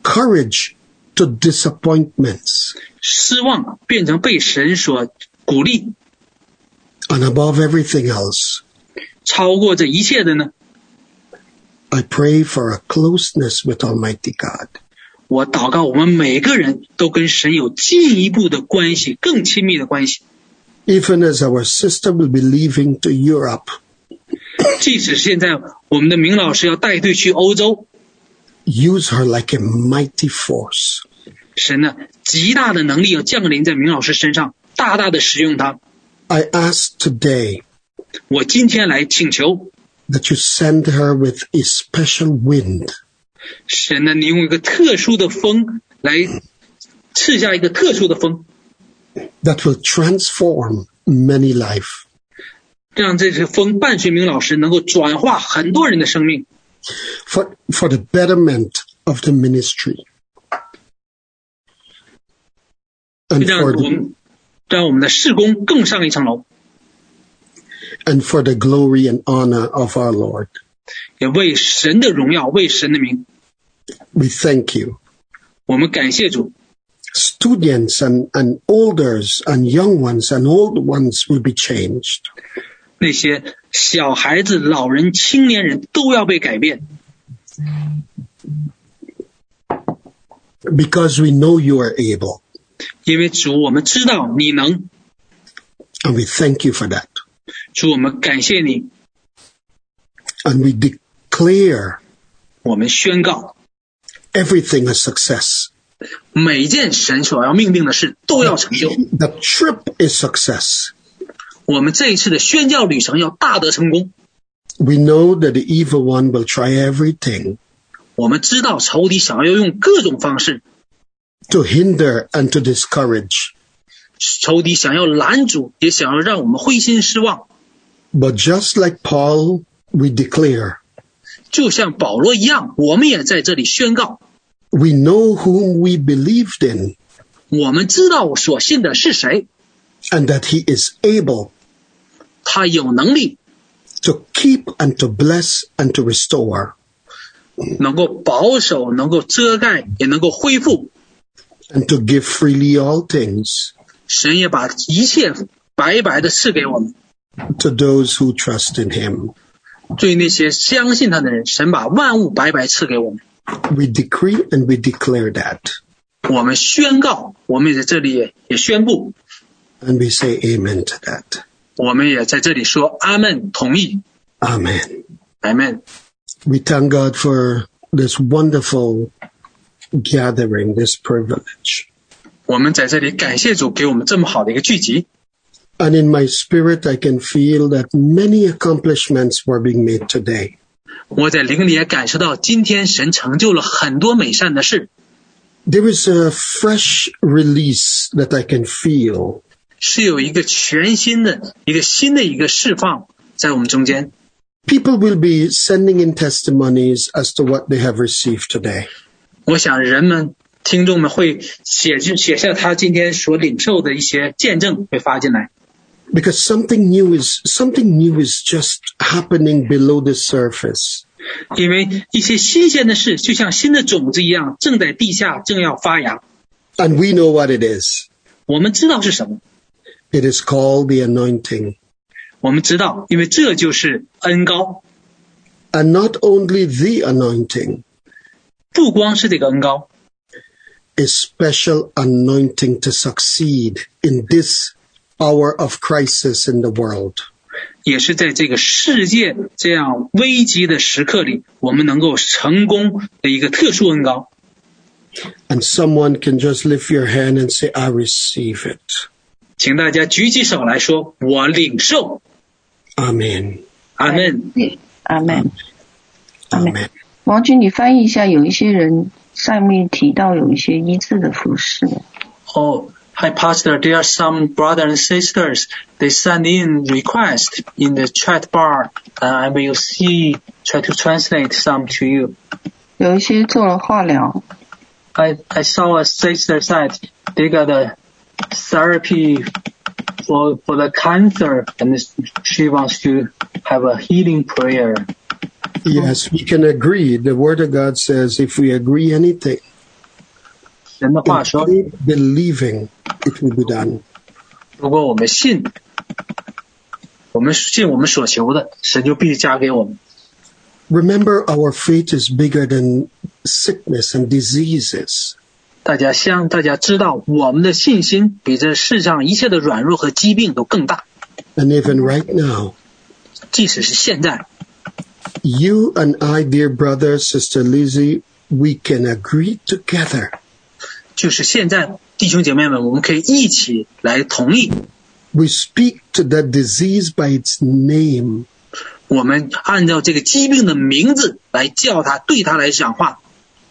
S1: courage to disappointments,
S2: 失望变成被神所鼓励，
S1: and above everything else,
S2: 超过这一切的呢？
S1: I pray for a closeness with Almighty God.
S2: 我祷告，我们每个人都跟神有进一步的关系，更亲密的关系。
S1: Even as our sister will be leaving to Europe,
S2: 即使现在我们的明老师要带队去欧洲，
S1: use her like a mighty force.
S2: 神呢极大的能力要降临在明老师身上，大大的使用他。
S1: I ask today
S2: 我今天来请求
S1: that you send her with a special wind,
S2: 神呢，你用一个特殊的风来赐下一个特殊的风，
S1: that will transform many life.
S2: 让这些风伴随明老师能够转化很多人的生命。
S1: for, for the betterment of the ministry. And
S2: 让
S1: for,
S2: 我
S1: the,
S2: 们让我们的事工更上一层楼，
S1: and for the glory and honor of our Lord.
S2: 也为神的荣耀，为神的名，
S1: We thank you.
S2: 我们感谢主。
S1: Students and, and olders and young ones and old ones will be changed.
S2: 那些小孩子、老人、青年人都要被改变，
S1: because we know you are able.
S2: 因为主，我们知道你能，
S1: And we thank you for that.
S2: 主，我们感谢你，
S1: And we declare
S2: 我们宣告
S1: everything a success
S2: 每件神所要命定的事都要成就。
S1: The trip is success.
S2: 我们这一次的宣教旅程要大得成功。
S1: We know that the evil one will try everything
S2: 我们知道仇敌想要用各种方式，
S1: to hinder and to discourage.
S2: 仇敌想要拦阻，也想要让我们灰心失望。
S1: But just like Paul, we declare,
S2: 就像保罗一样，我们也在这里宣告：
S1: we know whom we believed in
S2: 我们知道所信的是谁，
S1: and that he is able
S2: 他有能力
S1: to keep and to bless and to restore.
S2: 能够保守，能够遮盖，也能够恢复。
S1: and to give freely all things
S2: 神也把一切白白的赐给我们。
S1: to those who trust in him.
S2: 对那些相信他的人，神把万物白白赐给我们。
S1: We decree and we declare that.
S2: 我们宣告，我们也在这里也也宣布，
S1: And we say amen to that.
S2: 我们也在这里说阿门，同意，
S1: Amen.
S2: 阿门。
S1: We thank God for this wonderful gathering, this privilege.
S2: 我们在这里感谢主给我们这么好的一个聚集。
S1: And in my spirit, I can feel that many accomplishments were being made today.
S2: 我在灵里也感受到，今天神成就了很多美善的事，
S1: There is a fresh release that I can feel.
S2: 是有一个全新的、一个新的一个释放在我们中间。
S1: People will be sending in testimonies as to what they have received today.
S2: 我想人们、听众们会写进写下他今天所领受的一些见证，会发进来，
S1: because something new is something new is just happening below the surface
S2: 因为一些新鲜的事，就像新的种子一样，正在地下正要发芽。
S1: and we know what it is
S2: 我们知道是什么，
S1: it is called the anointing
S2: 我们知道，因为这就是恩高，
S1: and not only the anointing
S2: 不光是这个恩高，
S1: a special anointing to succeed in this hour of crisis in the world
S2: 也是在这个世界这样危机的时刻里，我们能够成功的一个特殊恩高。
S1: and someone can just lift your hand and say i receive it
S2: 请大家举起手来说：“我领受。
S1: amen ”
S2: 阿门。
S3: Amen. Amen.
S1: amen
S3: 王军，你翻译一下，有一些人上面提到有一些医治的服饰。
S2: Oh, hi, Pastor. There are some brothers and sisters. They send in request in the chat bar. Uh, I will see, try to translate some to you.
S3: 有一些做了化疗，
S2: I, I saw a sister said they got a therapy for for the cancer, and she wants to have a healing prayer.
S1: yes we can agree the word of god says if we agree anything
S2: 神的话
S1: in
S2: 说，
S1: faith believing it will be done
S2: 如果我们信，我们信我们所求的，神就必加给我们。
S1: Remember, our faith is bigger than sickness and diseases.
S2: 大家相，大家知道，我们的信心比这世上一切的软弱和疾病都更大。
S1: And even right now,
S2: 即使是现在，
S1: you and I, dear brother, sister Lizzie, we can agree together.
S2: 就是现在，弟兄姐妹们，我们可以一起来同意，
S1: We speak to that disease by its name
S2: 我们按照这个疾病的名字来叫他，对他来讲话，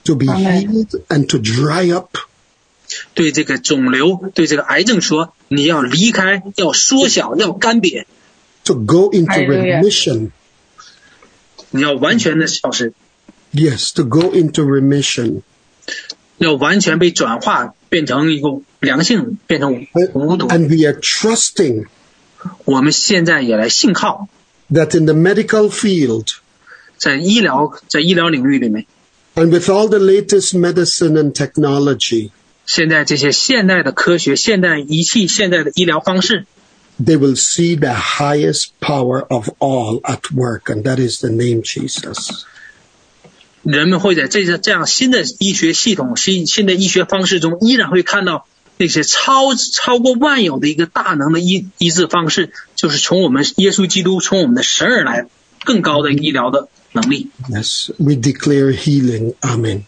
S1: to be
S3: Amen.
S1: healed and to dry up,
S2: 对这个肿瘤，对这个癌症说，你要离开，要缩小，要干瘪，
S1: to go into
S3: Hallelujah.
S1: remission.
S2: 你要完全的消失，
S1: Yes, to go into remission.
S2: 要完全被转化，变成一个良性，变成无毒。
S1: And we are trusting
S2: 我们现在也来信靠，
S1: that in the medical field,
S2: 在医疗，在医疗领域里面，
S1: and with all the latest medicine and technology,
S2: 现在这些现代的科学、现代仪器、现代的医疗方式，
S1: they will see the highest power of all at work, and that is the name Jesus.
S2: 人们会在这些这样新的医学系统、新新的医学方式中，依然会看到那些超超过万有的一个大能的医医治方式，就是从我们耶稣基督，从我们的神而来更高的医疗的能力。
S1: Yes, we declare healing. Amen.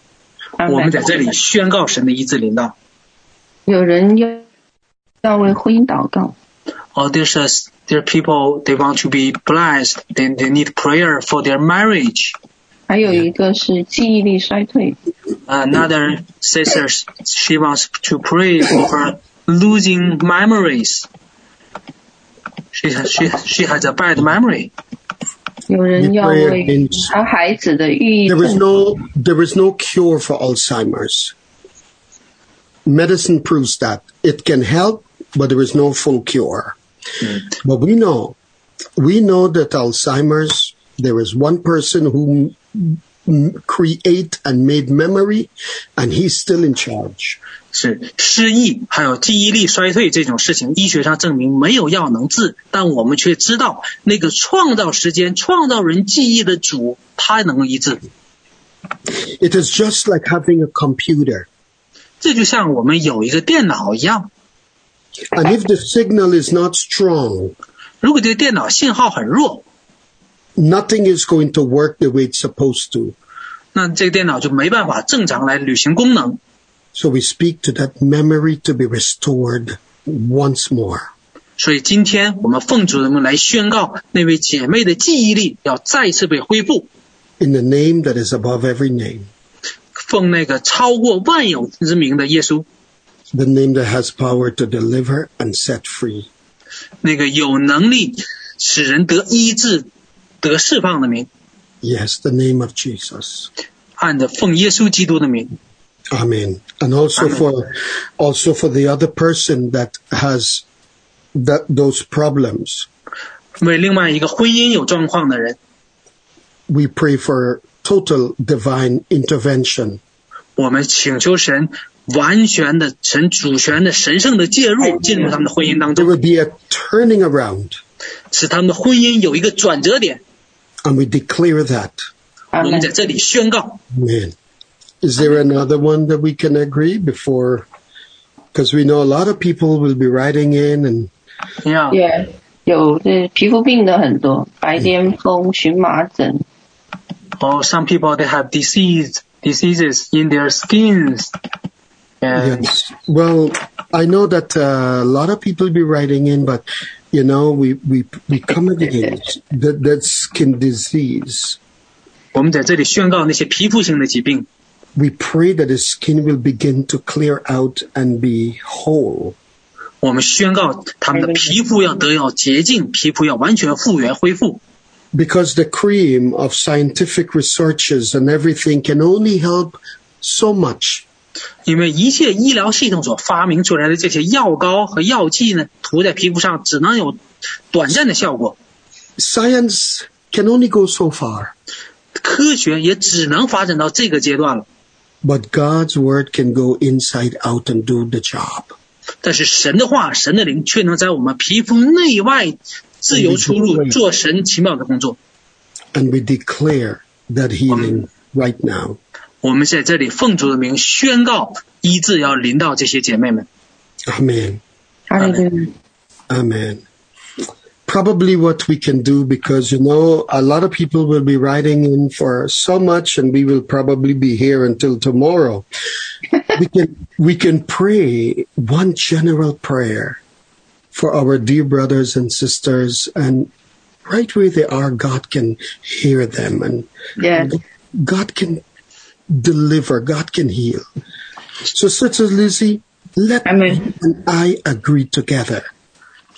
S3: Amen
S2: 我们在这里宣告神的医治领导。
S3: 有人要要为婚姻祷告，
S2: Oh, there's a, there are people they want to be blessed. They they need prayer for their marriage.
S3: 还有一个是记忆力衰退，
S2: Another sister she wants to pray for her losing memories. She has she she has a bad memory.
S3: 有人要
S1: Prayer
S3: 为
S1: means-
S3: 他孩子的抑郁
S1: There is
S3: 症，
S1: no there is no cure for Alzheimer's. Medicine proves that it can help, but there is no full cure. But we know, we know that Alzheimer's. There is one person who m- create and made memory, and he's still in charge.
S2: 是失忆，还有记忆力衰退这种事情，医学上证明没有药能治，但我们却知道那个创造时间、创造人记忆的主，他能够医治。
S1: It is just like having a computer,
S2: 这就像我们有一个电脑一样，
S1: and if the signal is not strong,
S2: 如果这个电脑信号很弱，
S1: nothing is going to work the way it's supposed to.
S2: 那这个电脑就没办法正常来履行功能。
S1: So we speak to that memory to be restored once more.
S2: 所以今天我们奉主人们来宣告，那位姐妹的记忆力要再次被恢复，
S1: In the name that is above every name,
S2: 奉那个超过万有之名的耶稣，
S1: the name that has power to deliver and set free.
S2: 那个有能力使人得医治、得释放的名，
S1: Yes, the name of Jesus.
S2: 按着奉耶稣基督的名，
S1: Amen. And also
S2: Amen.
S1: for, also for the other person that has that, those problems,
S2: 为另外一个婚姻有状况的人，
S1: we pray for total divine intervention.
S2: 我们请求神完全的神主权的神圣的介入，进入他们的婚姻当
S1: There
S2: 中，
S1: will be a turning around
S2: 使他们的婚姻有一个转折点。
S1: and we declare that.
S3: 阿
S2: 我
S3: 门
S2: 们在。这里宣告，
S1: Amen. Is there another one that we can agree before? Because we know a lot of people will be writing in, and
S2: 你看，
S3: 也有这皮肤病的很多，白癜风、荨麻疹，
S2: or some people they have disease diseases in their skins and
S1: yes. Well, I know that uh, a lot of people will be writing in, but you know, we we we come against that that skin disease.
S2: 我们在这里宣告那些皮肤性的疾病，
S1: We pray that the skin will begin to clear out and be whole.
S2: 我们宣告他们的皮肤要得到洁净，皮肤要完全复原恢复，
S1: Because the cream of scientific researches and everything can only help so much
S2: 因为一切医疗系统所发明出来的这些药膏和药剂呢，涂在皮肤上只能有短暂的效果，
S1: science can only go so far,
S2: 科学也只能发展到这个阶段了。
S1: but God's word can go inside out and do the job.
S2: 但是神的话，神的灵却能在我们皮肤内外自由出入，做神奇妙的工作。
S1: And we declare that healing right now.
S2: 我们在这里奉主的名宣告，医治要临到这些姐妹们。
S1: Amen.
S2: 啊
S3: 他那个
S1: Amen. Probably what we can do because, you know, a lot of people will be writing in for so much and we will probably be here until tomorrow. we can, we can pray one general prayer for our dear brothers and sisters and right where they are, God can hear them and
S3: 也
S2: 嗯
S1: God can deliver. God can heal. So, Sister Lizzie, let
S3: Amen.
S1: you and I agree together.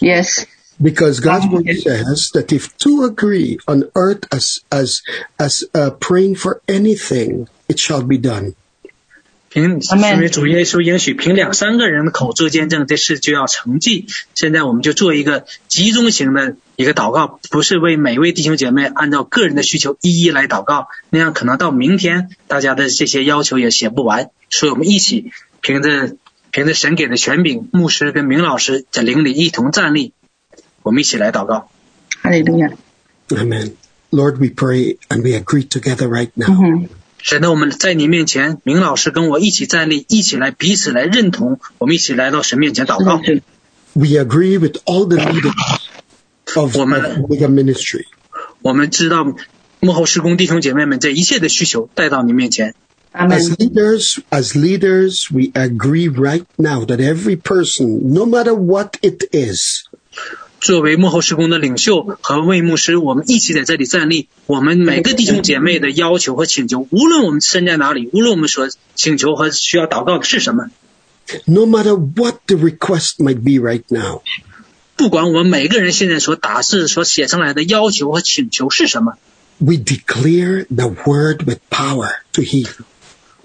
S3: yes
S1: Because God's word says that if two agree on earth as as as uh, praying for anything, it shall be done.
S2: 凭
S3: Amen
S2: 因为主耶稣应许，凭两三个人的口做见证，这事就要成绩。现在我们就做一个集中型的一个祷告，不是为每位弟兄姐妹按照个人的需求一一来祷告，那样可能到明天大家的这些要求也写不完。所以我们一起凭着凭着神给的权柄，牧师跟明老师在灵里一同站立，我们一起来祷告。
S3: 哈利路亚，
S1: Amen. Lord, we pray and we agree together right now.
S3: 嗯哼，
S2: 神呢，我们在你面前，明老师跟我一起站立，一起来彼此来认同，我们一起来到神面前祷告。
S3: 是的，
S1: We agree with all the leaders of, of
S2: Woman.
S1: Omega Ministry.
S2: 我们知道幕后施工弟兄姐妹们这一切的需求带到你面前，
S3: Amen.
S1: As leaders, as leaders, we agree right now that every person, no matter what it is,
S2: 作为幕后施工的领袖和魏牧师，我们一起在这里站立。我们每个弟兄姐妹的要求和请求，无论我们身在哪里，无论我们所请求和需要祷告的是什么，
S1: no matter what the request might be right now,
S2: 不管我们每个人现在所打字、所写上来的要求和请求是什么，
S1: we declare the word with power to heal.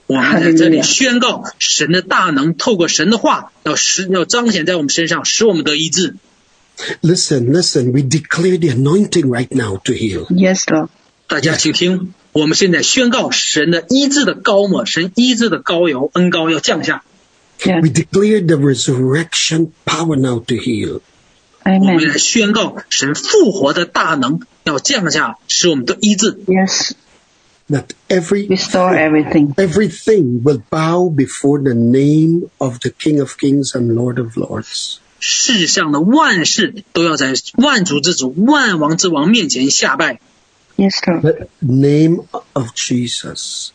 S2: 我们在这里宣告神的大能，透过神的话，要使要彰显在我们身上，使我们得医治。
S1: Listen, listen, we declare the anointing right now to heal.
S3: Yes, Lord.
S2: 大家请听，我们现在宣告神的医治的高抹，神医治的高油恩高要降下。
S3: Yeah.
S1: We declare the resurrection power now to heal.
S2: 我们
S3: Amen.
S2: 来宣告神复活的大能要降下，使我们得医治。
S3: Yes.
S1: That every
S3: Restore everything.
S1: everything will bow before the name of the King of Kings and Lord of Lords.
S2: 世上的万事都要在万主之主、万王之王面前下拜，
S3: Yes, Lord.
S1: The name of Jesus.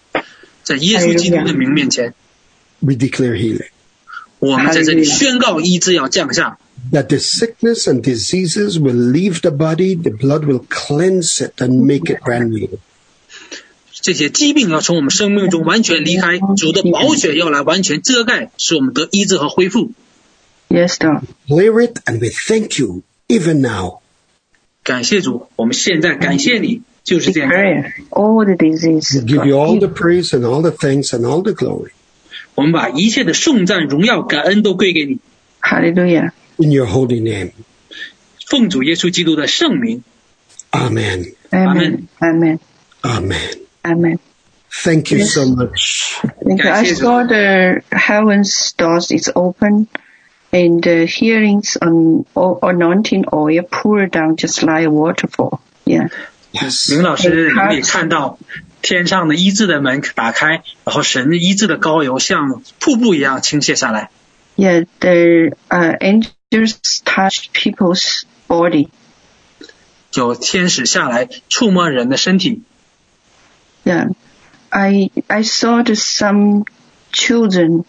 S2: 在耶稣基督的名面前，
S1: We declare healing.
S2: 我们在这里
S3: 哈利路亚
S2: 宣告医治要降下，
S1: That the sickness and diseases will leave the body, the blood will cleanse it and make it brand new.
S2: 这些疾病要从我们生命中完全离开，主的宝血要来完全遮盖，使我们得医治和恢复。
S3: Yes, Lord.
S1: Clear it and we thank you even now.
S2: 感谢主，我们现在感谢你，就是这样。
S3: Prayer. All the disease.
S1: We give you all the praise and all the thanks and all the glory.
S2: 我们把一切的颂赞、荣耀、感恩都归给你，
S3: Hallelujah.
S1: In your holy name.
S2: 奉主耶稣基督的圣名。
S1: Amen.
S3: Amen. Amen.
S1: Amen.
S3: Amen.
S1: Thank you
S3: Yes.
S1: so much.
S3: Thank you. I
S2: Yes, yes.
S3: saw the heaven's doors is open and the healings on o- anointing oil pour down just like a waterfall. Yeah.
S1: Yes.
S2: 林老师，你可以看到天上的医治的门打开，然后神的医治的膏油像瀑布一样倾泻下来。
S3: Yeah. The uh, angels touch people's body.
S2: 有天使下来触摸人的身体，
S3: Yeah. I, I saw the, some children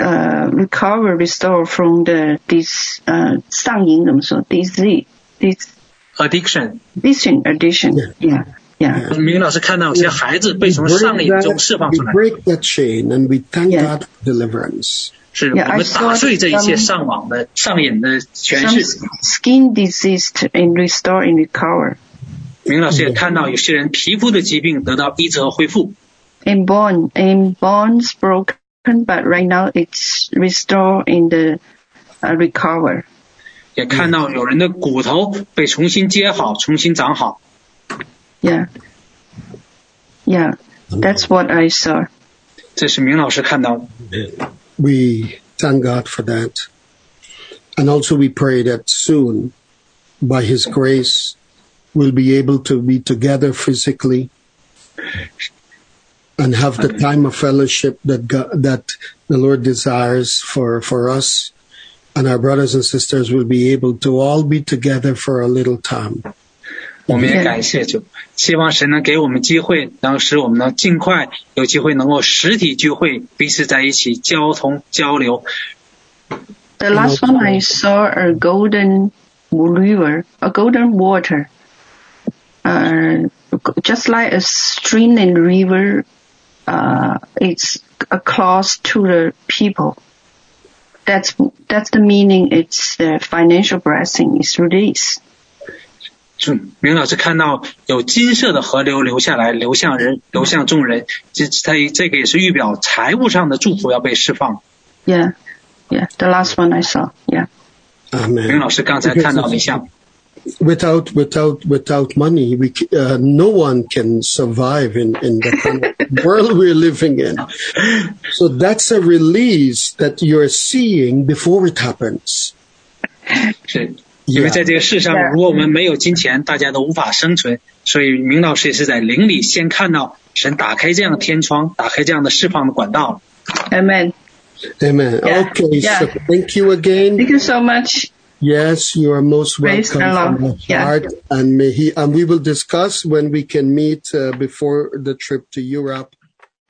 S3: uh, recover, restore from the this uh, 上瘾怎么说 disease, this
S2: addiction。
S3: vision addition.
S1: Yeah.
S3: Yeah, yeah.
S2: 明老师看到有些孩子被
S1: We
S2: 从
S1: break
S2: 上瘾中
S1: that,
S2: 释放
S1: we
S2: 出来，
S1: break that chain and we thank
S3: Yeah.
S1: God for deliverance.
S2: 是我
S3: Yeah, I
S2: 们
S3: saw
S2: 打碎这一切
S3: some-
S2: 上网的上瘾的权
S3: some
S2: 势。
S3: skin disease to- and restore and recover,
S2: 明老师也看到有些人皮肤的疾病得到医治和恢复，
S3: and bone and bones broken, but right now it's restore and uh, uh, recover.
S2: 也看到有人的骨头被重新接好、重新长好。
S3: Yeah, yeah, that's what I saw.
S2: 这是明老师看到的。
S1: We thank God for that. And also we pray that soon, by His grace, we'll be able to be together physically and have the time of fellowship that God, that the Lord desires for, for us. And our brothers and sisters will be able to all be together for a little time.
S2: 我们也
S3: 对
S2: 感谢主，希望神能给我们机会，然后使我们能尽快有机会能够实体聚会，彼此在一起交通交流。
S3: The last one I saw a golden river, a golden water, uh, just like a stream and river. Uh, it's across to the people. That's that's the meaning. It's the financial blessing. It's release.
S2: 主，明老师看到有金色的河流流下来，流向人，流向众人，这他这个也是预表财务上的祝福要被释放。
S3: Yeah, yeah. The last one I saw. Yeah,
S2: 明
S1: Amen.
S2: 老师刚才看到了一项，
S1: without without without money, we c- uh, no one can survive in in the kind of world we're living in. So that's a release that you're seeing before it happens.
S2: 是因为在这个世上，
S3: Yeah.
S2: 如果我们没有金钱，大家都无法生存。所以明老师也是在灵里先看到神打开这样的天窗，打开这样的释放的管道。
S3: Amen.
S1: Amen.
S3: Yeah.
S1: Okay, so
S3: Yeah.
S1: thank you again.
S3: Thank you so much.
S1: Yes, you are most
S3: Praise
S1: welcome
S3: the Lord.
S1: from my
S3: Yeah.
S1: heart, and may he and we will discuss when we can meet uh, before the trip to Europe